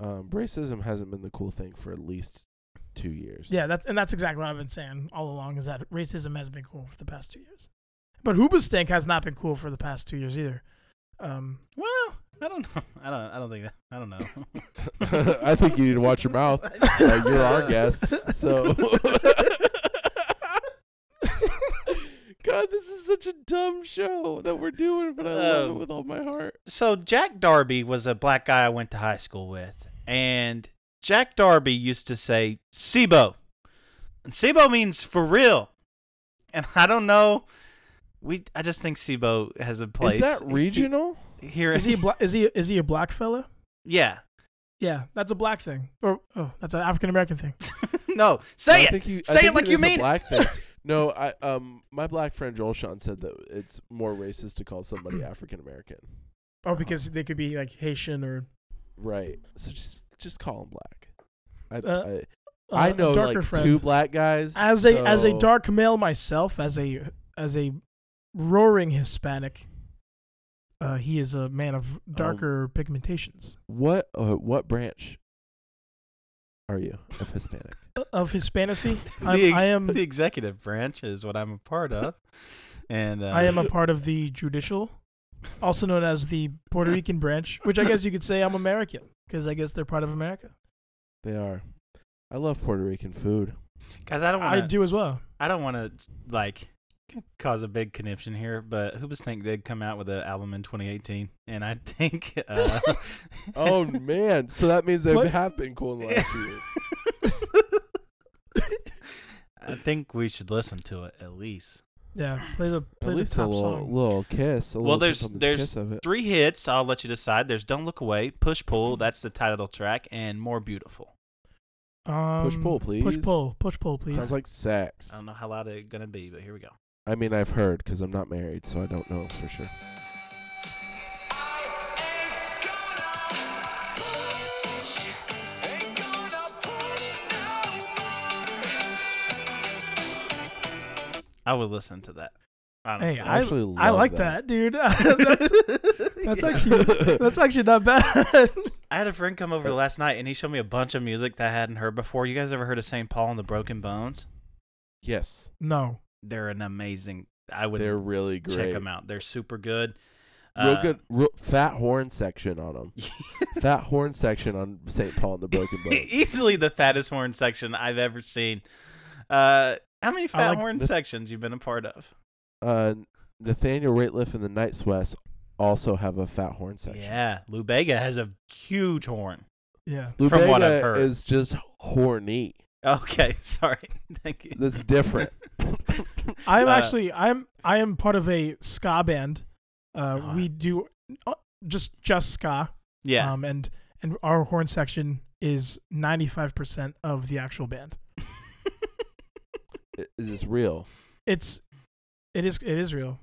Speaker 3: Um, racism hasn't been the cool thing for at least two years.
Speaker 4: Yeah, that's and that's exactly what I've been saying all along is that racism has been cool for the past two years, but Hoobastank has not been cool for the past two years either. Um,
Speaker 1: Well, I don't know. I don't. I don't think that. I don't know.
Speaker 3: I think you need to watch your mouth. Uh, you're our guest, so. God, this is such a dumb show that we're doing, but I love it
Speaker 1: Um,
Speaker 3: with all my heart.
Speaker 1: so Jack Darby was a black guy I went to high school with, and Jack Darby used to say "Sibo," and "Sibo" means for real. And I don't know. We. I just think "Sibo" has a place.
Speaker 3: Is that regional?
Speaker 1: here?
Speaker 4: is he a bla- is he is he a black fella?
Speaker 1: yeah.
Speaker 4: Yeah, that's a black thing, or oh, that's an African American thing.
Speaker 1: No. Say
Speaker 3: I
Speaker 1: it.
Speaker 3: think you, I
Speaker 1: Say
Speaker 3: think
Speaker 1: it like
Speaker 3: is
Speaker 1: you
Speaker 3: a
Speaker 1: mean it.
Speaker 3: black thing. No, I um, my black friend Joel Sean said that it's more racist to call somebody African American.
Speaker 4: Oh, because they could be like Haitian or
Speaker 3: Right. So just just call him black. I
Speaker 4: Uh,
Speaker 3: I,
Speaker 4: uh,
Speaker 3: I
Speaker 4: a
Speaker 3: know
Speaker 4: darker
Speaker 3: like
Speaker 4: friend.
Speaker 3: two black guys.
Speaker 4: as a as a
Speaker 3: so-
Speaker 4: dark male myself, as a as a roaring Hispanic, uh, he is a man of darker
Speaker 3: Oh.
Speaker 4: pigmentations
Speaker 3: What uh, what branch are you of Hispanic?
Speaker 4: Uh, of Hispanacy.
Speaker 1: the,
Speaker 4: I'm,
Speaker 1: ex-
Speaker 4: I am
Speaker 1: the executive branch is what I'm a part of, and uh,
Speaker 4: I am a part of the judicial, also known as the Puerto Rican branch, which I guess you could say I'm American because I guess they're part of America.
Speaker 3: they are. I love Puerto Rican food.
Speaker 1: Guys, I don't
Speaker 4: I
Speaker 1: want to.
Speaker 4: do as well.
Speaker 1: I don't want to like cause a big conniption here, but Hoobastank did come out with an album in 2018, and I think. Uh,
Speaker 3: Oh man, so that means they
Speaker 4: What?
Speaker 3: have been cool in the last few years.
Speaker 1: I think we should listen to it at least.
Speaker 4: Yeah, play the
Speaker 3: At
Speaker 4: play the
Speaker 3: least a
Speaker 4: top
Speaker 3: little,
Speaker 4: song.
Speaker 3: little kiss. A
Speaker 1: Well,
Speaker 3: little
Speaker 1: there's
Speaker 3: gentleman's
Speaker 1: there's
Speaker 3: kiss of it.
Speaker 1: three hits. I'll let you decide. There's "Don't Look Away," "Push Pull." That's the title track, and "More Beautiful."
Speaker 4: Um,
Speaker 3: Push pull, please.
Speaker 4: Push pull, push pull, please.
Speaker 3: Sounds like sex.
Speaker 1: I don't know how loud it's gonna be, but here we go.
Speaker 3: I mean, I've heard because I'm not married, so I don't know for sure.
Speaker 2: I
Speaker 1: I would listen to that. Honestly.
Speaker 4: Hey, I,
Speaker 3: actually
Speaker 4: I
Speaker 3: love
Speaker 4: like
Speaker 3: that.
Speaker 4: that, dude. that's that's actually that's actually not bad.
Speaker 1: I had a friend come
Speaker 4: Uh,
Speaker 1: over last night and he showed me a bunch of music that I hadn't heard before. You guys ever heard of St. Paul and the Broken Bones?
Speaker 3: Yes,
Speaker 4: no,
Speaker 1: They're an amazing. I would
Speaker 3: they're really great.
Speaker 1: check them out. They're super good.
Speaker 3: Real
Speaker 1: Uh,
Speaker 3: good, real fat horn section on them. fat horn section on St. Paul and the Broken Bones.
Speaker 1: Easily the fattest horn section I've ever seen. Uh, how many fat
Speaker 4: like
Speaker 1: horn
Speaker 3: the-
Speaker 1: sections you've been a part of?
Speaker 3: Uh, Nathaniel Rateliff and the Night Sweats also have a fat horn section.
Speaker 1: Yeah, Lou Bega has a huge horn.
Speaker 4: yeah,
Speaker 3: Lou
Speaker 1: From what I've
Speaker 3: Bega
Speaker 1: heard.
Speaker 3: is just horny.
Speaker 1: Okay, sorry. Thank you.
Speaker 3: That's different.
Speaker 4: I'm
Speaker 1: Uh,
Speaker 4: actually I'm I am part of a ska band. Uh,
Speaker 3: Uh-huh.
Speaker 1: Oh.
Speaker 4: We do uh, just just ska.
Speaker 1: Yeah.
Speaker 4: Um, and and our horn section is 95 percent of the actual band.
Speaker 3: I- Is this real?
Speaker 4: It's it is it is real.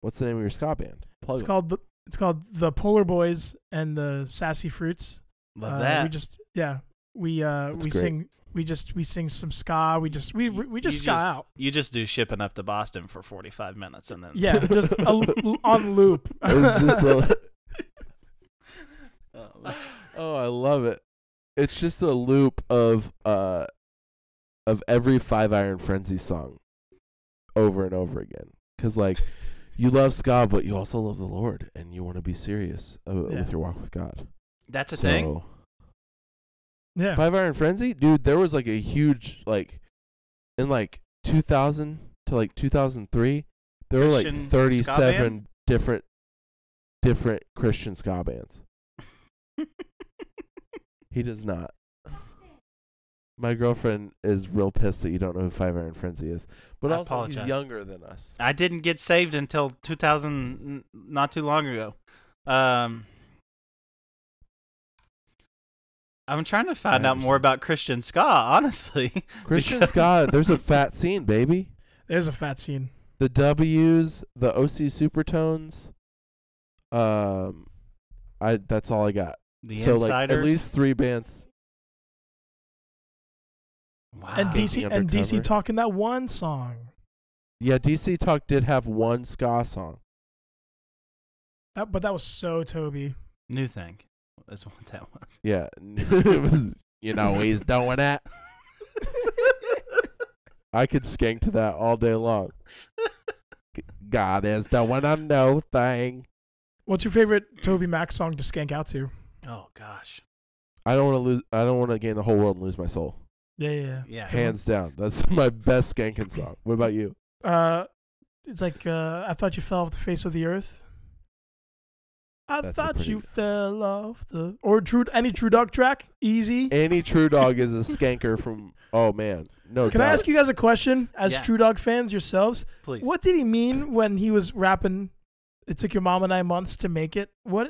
Speaker 3: What's the name of your ska band? Plug
Speaker 4: It's
Speaker 3: it.
Speaker 4: called the it's called the Polar Boys and the Sassy Fruits.
Speaker 1: Love
Speaker 4: Uh,
Speaker 1: that.
Speaker 4: We just yeah we uh
Speaker 3: That's
Speaker 4: we
Speaker 3: great.
Speaker 4: sing we just we sing some ska. We just we we we just
Speaker 1: you
Speaker 4: ska out.
Speaker 1: You just do shipping up to Boston for 45 minutes and then.
Speaker 4: Yeah, just a l- l- on loop.
Speaker 3: It's just a-
Speaker 1: Oh,
Speaker 3: oh, I love it. It's just a loop of uh of every Five Iron Frenzy song over and over again. Cause like you love ska, but you also love the Lord, and you want to be serious uh,
Speaker 4: Yeah.
Speaker 3: with your walk with God.
Speaker 1: that's a
Speaker 3: so,
Speaker 1: thing.
Speaker 4: Yeah.
Speaker 3: Five Iron Frenzy, dude. There was like a huge like in like 2000 to like 2003. There were like
Speaker 1: Christian ska
Speaker 3: 37 different different Christian ska bands. He does not. My girlfriend is real pissed that you don't know who Five Iron Frenzy is, but
Speaker 1: I
Speaker 3: also he's
Speaker 1: apologize.
Speaker 3: younger than us.
Speaker 1: I didn't get saved until 2000, n- not too long ago. Um, I'm trying to find out more
Speaker 3: understand.
Speaker 1: about Christian ska, honestly.
Speaker 3: Christian
Speaker 1: Because-
Speaker 3: ska, there's a fat scene, baby.
Speaker 4: There's a fat scene.
Speaker 3: The W's, the OC Supertones. Um, I that's all I got.
Speaker 1: The
Speaker 3: so
Speaker 1: Insiders.
Speaker 3: like at least three bands.
Speaker 1: wow.
Speaker 4: And
Speaker 3: Skating
Speaker 4: DC and DC
Speaker 3: undercover.
Speaker 4: talking that one song.
Speaker 3: Yeah, DC Talk did have one ska song.
Speaker 4: That, but that was so Toby.
Speaker 1: New thing. That's what that was.
Speaker 3: Yeah, It was, you know he's doing that. I could skank to that all day long. God is doing a no thing.
Speaker 4: What's your favorite Toby Mac song to skank out to?
Speaker 1: Oh, gosh.
Speaker 3: I don't want to lose. I don't want to gain the whole world and lose my soul.
Speaker 4: Yeah, yeah,
Speaker 1: Yeah.
Speaker 3: Hands down, that's my best skanking song. What about you?
Speaker 4: yeah. Uh, it's like uh, I thought you fell off the face of the earth. I
Speaker 3: That's a
Speaker 4: thought
Speaker 3: pretty-
Speaker 4: you fell off the or Drew any True Dog track easy.
Speaker 3: Annie True Dog is a skanker from. Oh man, no.
Speaker 4: Can I
Speaker 3: doubt.
Speaker 4: ask you guys a question as
Speaker 1: Yeah.
Speaker 4: True Dog fans yourselves?
Speaker 1: Please.
Speaker 4: What did he mean when he was rapping? It took your mom and I months to make it. What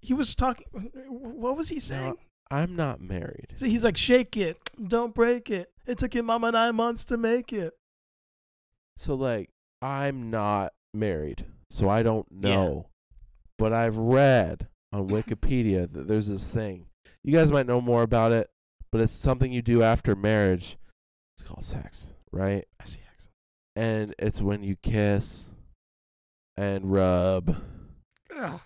Speaker 4: he was talking? What was he saying?
Speaker 3: I'm not married.
Speaker 4: So he's like, shake it, don't break it. It took your mama nine months to make it.
Speaker 3: So like I'm not married, so I don't know. But I've read on Wikipedia that there's this thing. You guys might know more about it, but it's something you do after marriage. It's called sex, right?
Speaker 4: I see. X.
Speaker 3: And it's when you kiss and rub.
Speaker 4: Ugh.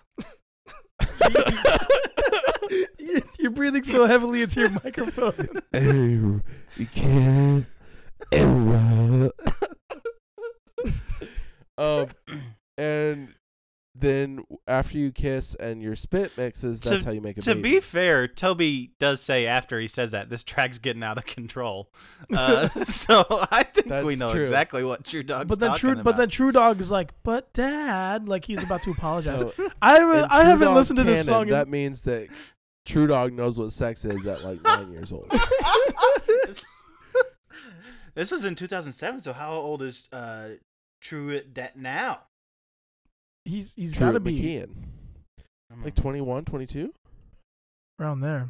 Speaker 4: You- You're breathing so heavily into your microphone.
Speaker 3: and you kiss and rub. um, and then after you kiss and your spit mixes, that's how you make a
Speaker 1: to
Speaker 3: baby.
Speaker 1: be fair, Toby does say after he says that this track's getting out of control. Uh, so I think we
Speaker 3: That's
Speaker 1: know
Speaker 3: true.
Speaker 1: exactly what True Dog's
Speaker 4: But then
Speaker 1: talking
Speaker 4: true,
Speaker 1: about.
Speaker 4: but then True Dog is like, but Dad, like he's about to apologize.
Speaker 3: So,
Speaker 4: I
Speaker 3: in
Speaker 4: haven't, I
Speaker 3: True
Speaker 4: haven't
Speaker 3: Dog
Speaker 4: listened to this
Speaker 3: canon,
Speaker 4: song. in-
Speaker 3: That means that True Dog knows what sex is at like nine years old.
Speaker 1: this, this was in 2007. So how old is uh, True Dat now?
Speaker 4: he's he's
Speaker 3: True
Speaker 4: got to be Hmm.
Speaker 3: McKeon. Like 21, 22?
Speaker 4: around there.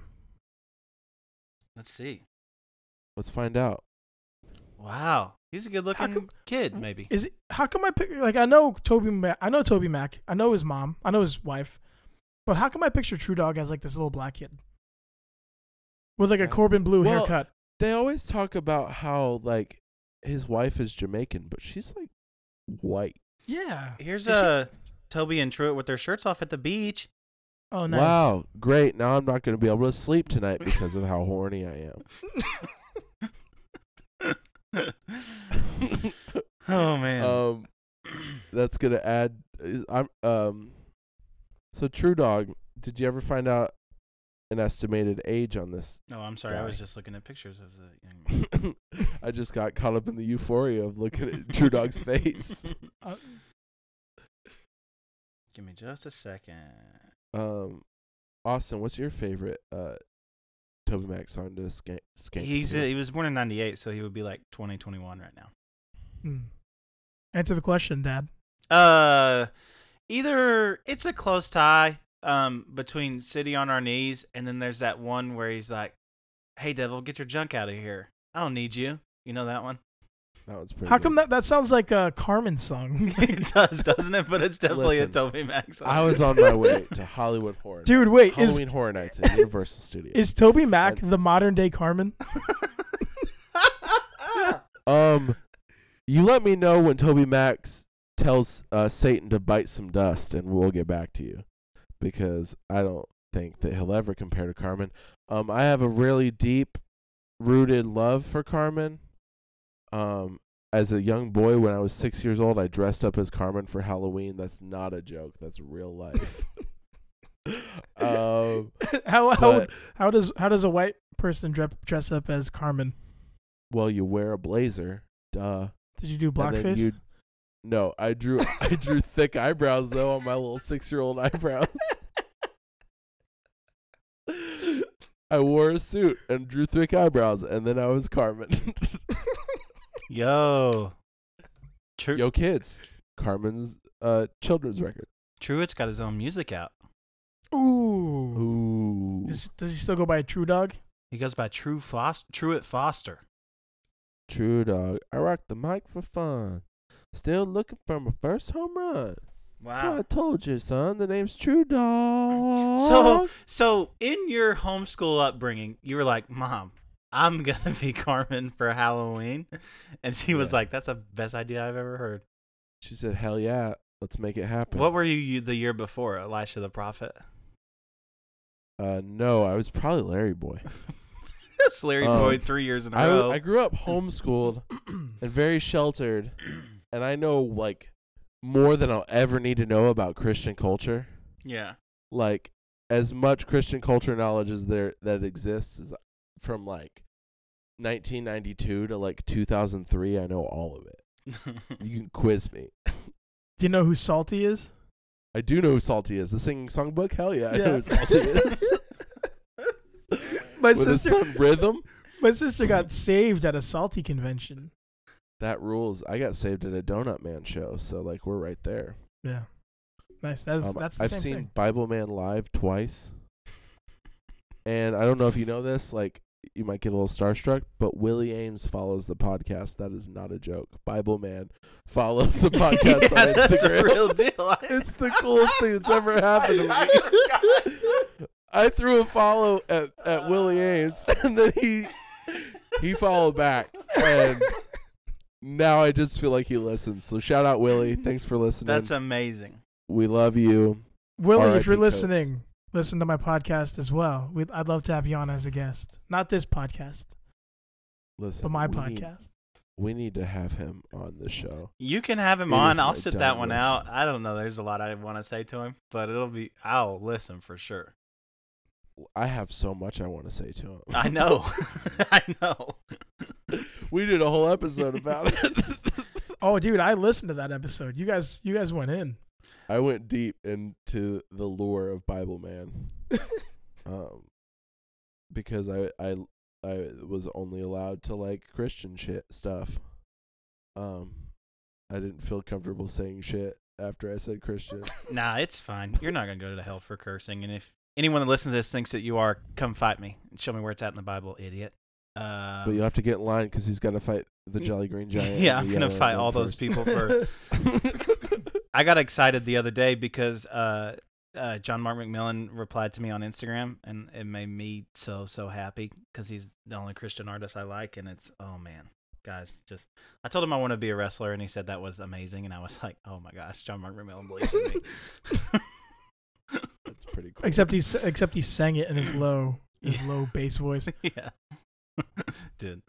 Speaker 1: Let's see.
Speaker 3: Let's find out.
Speaker 1: Wow, he's a good-looking
Speaker 4: come-
Speaker 1: kid. Maybe
Speaker 4: Is it, how come I pic- like I know Toby Ma- I know Toby Mac I know his mom I know his wife, but how come I picture True Dog as like this little black kid with like a Corbin Blue
Speaker 3: Well,
Speaker 4: haircut?
Speaker 3: They always talk about how like his wife is Jamaican, but she's like white.
Speaker 4: Yeah.
Speaker 1: Here's
Speaker 4: Is she-
Speaker 1: uh, Toby and Truett with their shirts off at the beach.
Speaker 4: Oh, nice.
Speaker 3: Wow, great. Now I'm not going to be able to sleep tonight because of how horny I am.
Speaker 1: Oh man.
Speaker 3: um, that's gonna add. is- I'm um. So True Dog, did you ever find out an estimated age on this?
Speaker 1: no, Oh, I'm sorry. I was
Speaker 3: guy.
Speaker 1: just looking at pictures of the young man.
Speaker 3: I just got caught up in the euphoria of looking at True Dog's face.
Speaker 4: Uh,
Speaker 1: Give me just a second.
Speaker 3: Um, Austin, what's your favorite uh, Toby Mac song to skank? skank
Speaker 1: He's uh,
Speaker 3: to?
Speaker 1: he was born in '98, so he would be like 20, 21 right now.
Speaker 4: hmm. Answer the question, Dad.
Speaker 1: Uh, either it's a close tie um between City on Our Knees, and then there's that one where he's like, "Hey, devil, get your junk out of here. I don't need you." You know that one?
Speaker 3: that one's pretty.
Speaker 4: How
Speaker 3: good.
Speaker 4: come that, that sounds like a Carmen song?
Speaker 1: it does, doesn't it? But it's definitely
Speaker 3: Listen,
Speaker 1: a Toby Mac song.
Speaker 3: I was on my way to Hollywood Horror. Nights-
Speaker 4: Dude, wait, is,
Speaker 3: Halloween Horror Nights at Universal Studios.
Speaker 4: is Toby Mac
Speaker 3: I-
Speaker 4: the modern day Carmen?
Speaker 3: Um, you let me know when Toby Max tells uh, Satan to bite some dust, and we'll get back to you because I don't think that he'll ever compare to Carmen. Um, I have a really deep rooted love for Carmen. Um, as a young boy, when I was six years old, I dressed up as Carmen for Halloween. That's not a joke. That's real life. um,
Speaker 4: how, how,
Speaker 3: but,
Speaker 4: how does how does a white person dre- dress up as Carmen?
Speaker 3: well, you wear a blazer, duh.
Speaker 4: Did you do
Speaker 3: And then
Speaker 4: blackface?
Speaker 3: you'd- No, I drew I drew thick eyebrows though on my little six year old eyebrows. I wore a suit and drew thick eyebrows, and then I was Carmen.
Speaker 1: Yo, Tru-
Speaker 3: Yo, kids, Carmen's uh children's record.
Speaker 1: Truett's got his own music out.
Speaker 4: Ooh.
Speaker 3: Ooh,
Speaker 4: Is, does he still go by True Dog?
Speaker 1: He goes by True Foster, Truett Foster.
Speaker 3: true dog. I rocked the mic for fun. Still looking for my first home run. That's what I told you, son. The name's True Dog.
Speaker 1: So, so in your homeschool upbringing, you were like, "Mom, I'm gonna be Carmen for Halloween," and she was
Speaker 3: Yeah.
Speaker 1: like, "That's the best idea I've ever heard."
Speaker 3: she said, "Hell yeah, let's make it happen."
Speaker 1: What were you, you the year before, Elisha the prophet?
Speaker 3: Uh, no, I was probably Larry Boy.
Speaker 1: Slary
Speaker 3: Um,
Speaker 1: boy, three years in a
Speaker 3: I,
Speaker 1: row.
Speaker 3: I grew up homeschooled and very sheltered, and I know like more than I'll ever need to know about Christian culture.
Speaker 1: yeah,
Speaker 3: Like as much Christian culture knowledge as there that exists is from like 1992 to like 2003. I know all of it. You can quiz me.
Speaker 4: Do you know who Salty is?
Speaker 3: I do know who Salty is. The singing songbook. Hell yeah, I know who Salty is.
Speaker 4: My
Speaker 3: With his
Speaker 4: sister,
Speaker 3: son Rhythm.
Speaker 4: my sister got saved at a Salty convention.
Speaker 3: That rules. I got saved at a Donut Man show, so like we're right there.
Speaker 4: Yeah. Nice. That's
Speaker 3: Um,
Speaker 4: that's the
Speaker 3: I've
Speaker 4: same
Speaker 3: seen
Speaker 4: thing.
Speaker 3: Bible Man live twice, and I don't know if you know this. Like, you might get a little starstruck, but Willie Ames follows the podcast. That is not a joke. Bible Man follows the podcast
Speaker 1: yeah,
Speaker 3: on
Speaker 1: that's a
Speaker 3: Instagram.
Speaker 1: real deal.
Speaker 3: it's the coolest thing that's ever happened to me.
Speaker 4: Oh,
Speaker 3: I threw a follow at, at Willie Ames, and then he he followed back, and now I just feel like he listens. So shout out Willie, thanks for listening.
Speaker 1: That's amazing.
Speaker 3: we love you.
Speaker 4: Willie,
Speaker 3: RIP
Speaker 4: if you're
Speaker 3: Coates.
Speaker 4: listening, listen to my podcast as well. We'd, I'd love to have you on as a guest. Not this podcast,
Speaker 3: Listen,
Speaker 4: but my
Speaker 3: we need-
Speaker 4: podcast.
Speaker 3: we need to have him on the show.
Speaker 1: You can have him
Speaker 3: It is
Speaker 1: on.
Speaker 3: my
Speaker 1: I'll sit that
Speaker 3: dying
Speaker 1: one
Speaker 3: wish.
Speaker 1: out. I don't know. There's a lot I want to say to him, but it'll be. I'll listen for sure.
Speaker 3: I have so much I want to say to him.
Speaker 1: I know. I know.
Speaker 3: we did a whole episode about it.
Speaker 4: Oh, dude, I listened to that episode. You guys, you guys went in.
Speaker 3: I went deep into the lore of Bible Man, um, because I I I was only allowed to like Christian shit stuff. Um, I didn't feel comfortable saying shit after I said Christian.
Speaker 1: Nah, it's fine. You're not gonna go to hell for cursing. And if anyone that listens to this thinks that you are, come fight me and show me where it's at in the Bible, idiot. Uh,
Speaker 3: but you'll have to get in line because he's got to fight the Jolly Green Giant.
Speaker 1: yeah,
Speaker 3: and
Speaker 1: I'm
Speaker 3: the
Speaker 1: gonna
Speaker 3: yellow
Speaker 1: fight
Speaker 3: man
Speaker 1: all those
Speaker 3: first.
Speaker 1: people for. I got excited the other day because uh, uh, John Mark McMillan replied to me on Instagram, and it made me so so happy because he's the only Christian artist I like, and it's oh man, guys, just I told him I want to be a wrestler, and he said that was amazing, and I was like, oh my gosh, John Mark Ramel believes in me.
Speaker 3: That's pretty cool.
Speaker 4: Except he s- except he sang it in his low his
Speaker 1: Yeah.
Speaker 4: low bass voice.
Speaker 1: yeah, dude,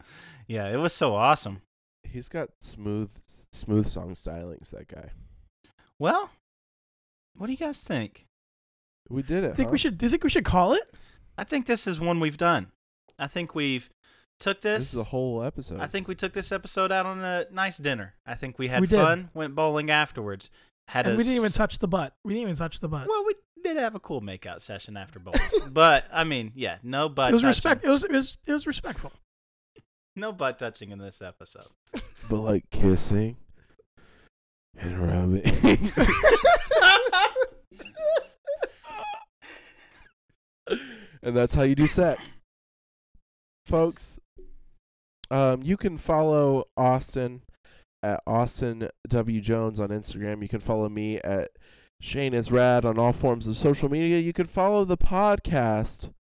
Speaker 1: yeah, it was so awesome.
Speaker 3: he's got smooth, smooth song stylings. That guy.
Speaker 1: Well, what do you guys think?
Speaker 3: We did it.
Speaker 4: I think
Speaker 3: huh?
Speaker 4: we should. Do you think we should call it?
Speaker 1: I think this is one we've done. I think we've took
Speaker 3: This,
Speaker 1: this.
Speaker 3: is a whole episode.
Speaker 1: I think we took this episode out on a nice dinner. I think we had
Speaker 4: We did.
Speaker 1: fun. Went bowling afterwards. Had
Speaker 4: And
Speaker 1: a
Speaker 4: we didn't even
Speaker 1: s-
Speaker 4: touch the butt. We didn't even touch the butt.
Speaker 1: Well, we did have a cool makeout session after bowling, but I mean, yeah, no butt.
Speaker 4: it was
Speaker 1: touching.
Speaker 4: respect. It was, it was it was respectful.
Speaker 1: No butt touching in this episode.
Speaker 3: but like kissing and rubbing. and that's how you do sex, folks. Um, you can follow Austin at Austin W Jones on Instagram. You can follow me at Shane is rad on all forms of social media. You can follow the podcast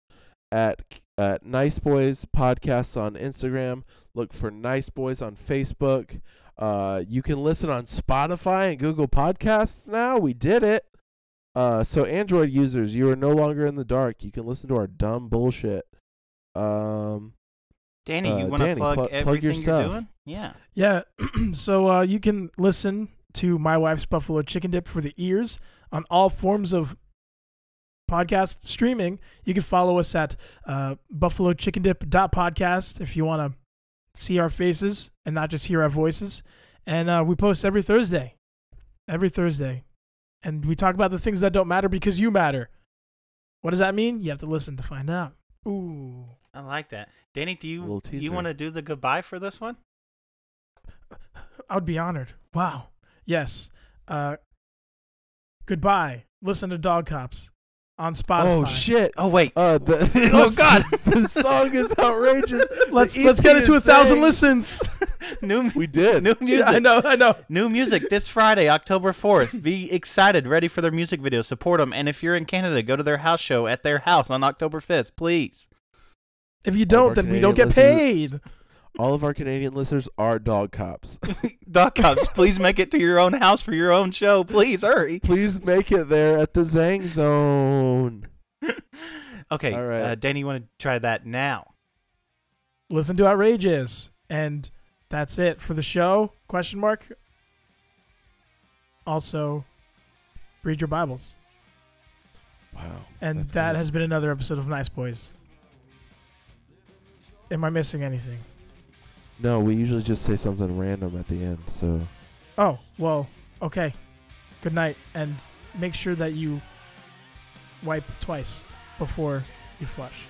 Speaker 3: at at Nice Boys Podcast on Instagram. Look for Nice Boys on Facebook. Uh, you can listen on Spotify and Google Podcasts now. We did it. Uh, so Android users, you are no longer in the dark. You can listen to our dumb bullshit. Um,
Speaker 1: Danny,
Speaker 3: Uh,
Speaker 1: you want to
Speaker 3: Danny,
Speaker 1: plug
Speaker 3: plu- plug your
Speaker 1: everything you're
Speaker 3: stuff.
Speaker 1: doing? Yeah.
Speaker 4: Yeah. so uh, you can listen to my wife's buffalo chicken dip for the ears on all forms of podcast streaming. You can follow us at uh, buffalochickendip.podcast if you want to see our faces and not just hear our voices. And uh, we post every Thursday. Every Thursday. And we talk about the things that don't matter because you matter. What does that mean? You have to listen to find out. Ooh.
Speaker 1: I like that. Danny, do you
Speaker 3: Little
Speaker 1: you
Speaker 3: teaser.
Speaker 1: want to do the goodbye for this one?
Speaker 4: I would be honored. Wow. Yes. Uh, goodbye. Listen to Dog Cops on Spotify.
Speaker 3: oh shit!
Speaker 1: Oh wait.
Speaker 3: Uh, the,
Speaker 1: Oh, God.
Speaker 3: the song is outrageous. The
Speaker 4: Let's
Speaker 3: EP
Speaker 4: let's get it to a
Speaker 3: is
Speaker 4: thousand
Speaker 3: saying-
Speaker 4: listens.
Speaker 1: new
Speaker 3: We did.
Speaker 1: new music.
Speaker 4: I know. I know.
Speaker 1: New music this Friday, October 4th. Be excited, ready for their music video, support them. And if you're in Canada, go to their house show at their house on October 5th, please.
Speaker 4: If you don't, then we don't get
Speaker 3: Canadian
Speaker 4: paid.
Speaker 3: All of our Canadian listeners are dog cops.
Speaker 1: Doc Ops, please make it to your own house for your own show. Please hurry.
Speaker 3: Please make it there at the Zang Zone.
Speaker 1: Okay,
Speaker 3: All right.
Speaker 1: uh, Danny, you want to try that now?
Speaker 4: Listen to Outrageous, and that's it for the show. Question mark. Also, read your Bibles,
Speaker 3: Wow.
Speaker 4: and
Speaker 3: that's
Speaker 4: that
Speaker 3: good.
Speaker 4: has been another episode of Nice Boys. Am I missing anything?
Speaker 3: No, we usually just say something random at the end. So
Speaker 4: Oh, well, okay. Good night, and make sure that you wipe twice before you flush.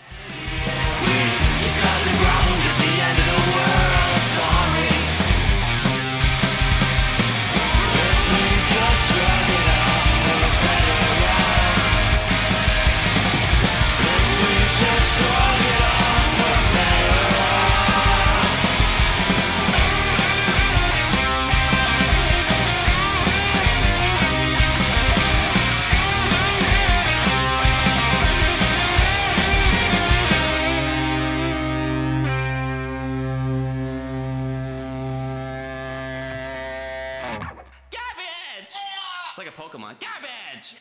Speaker 10: Garbage! It's like a Pokemon. Garbage!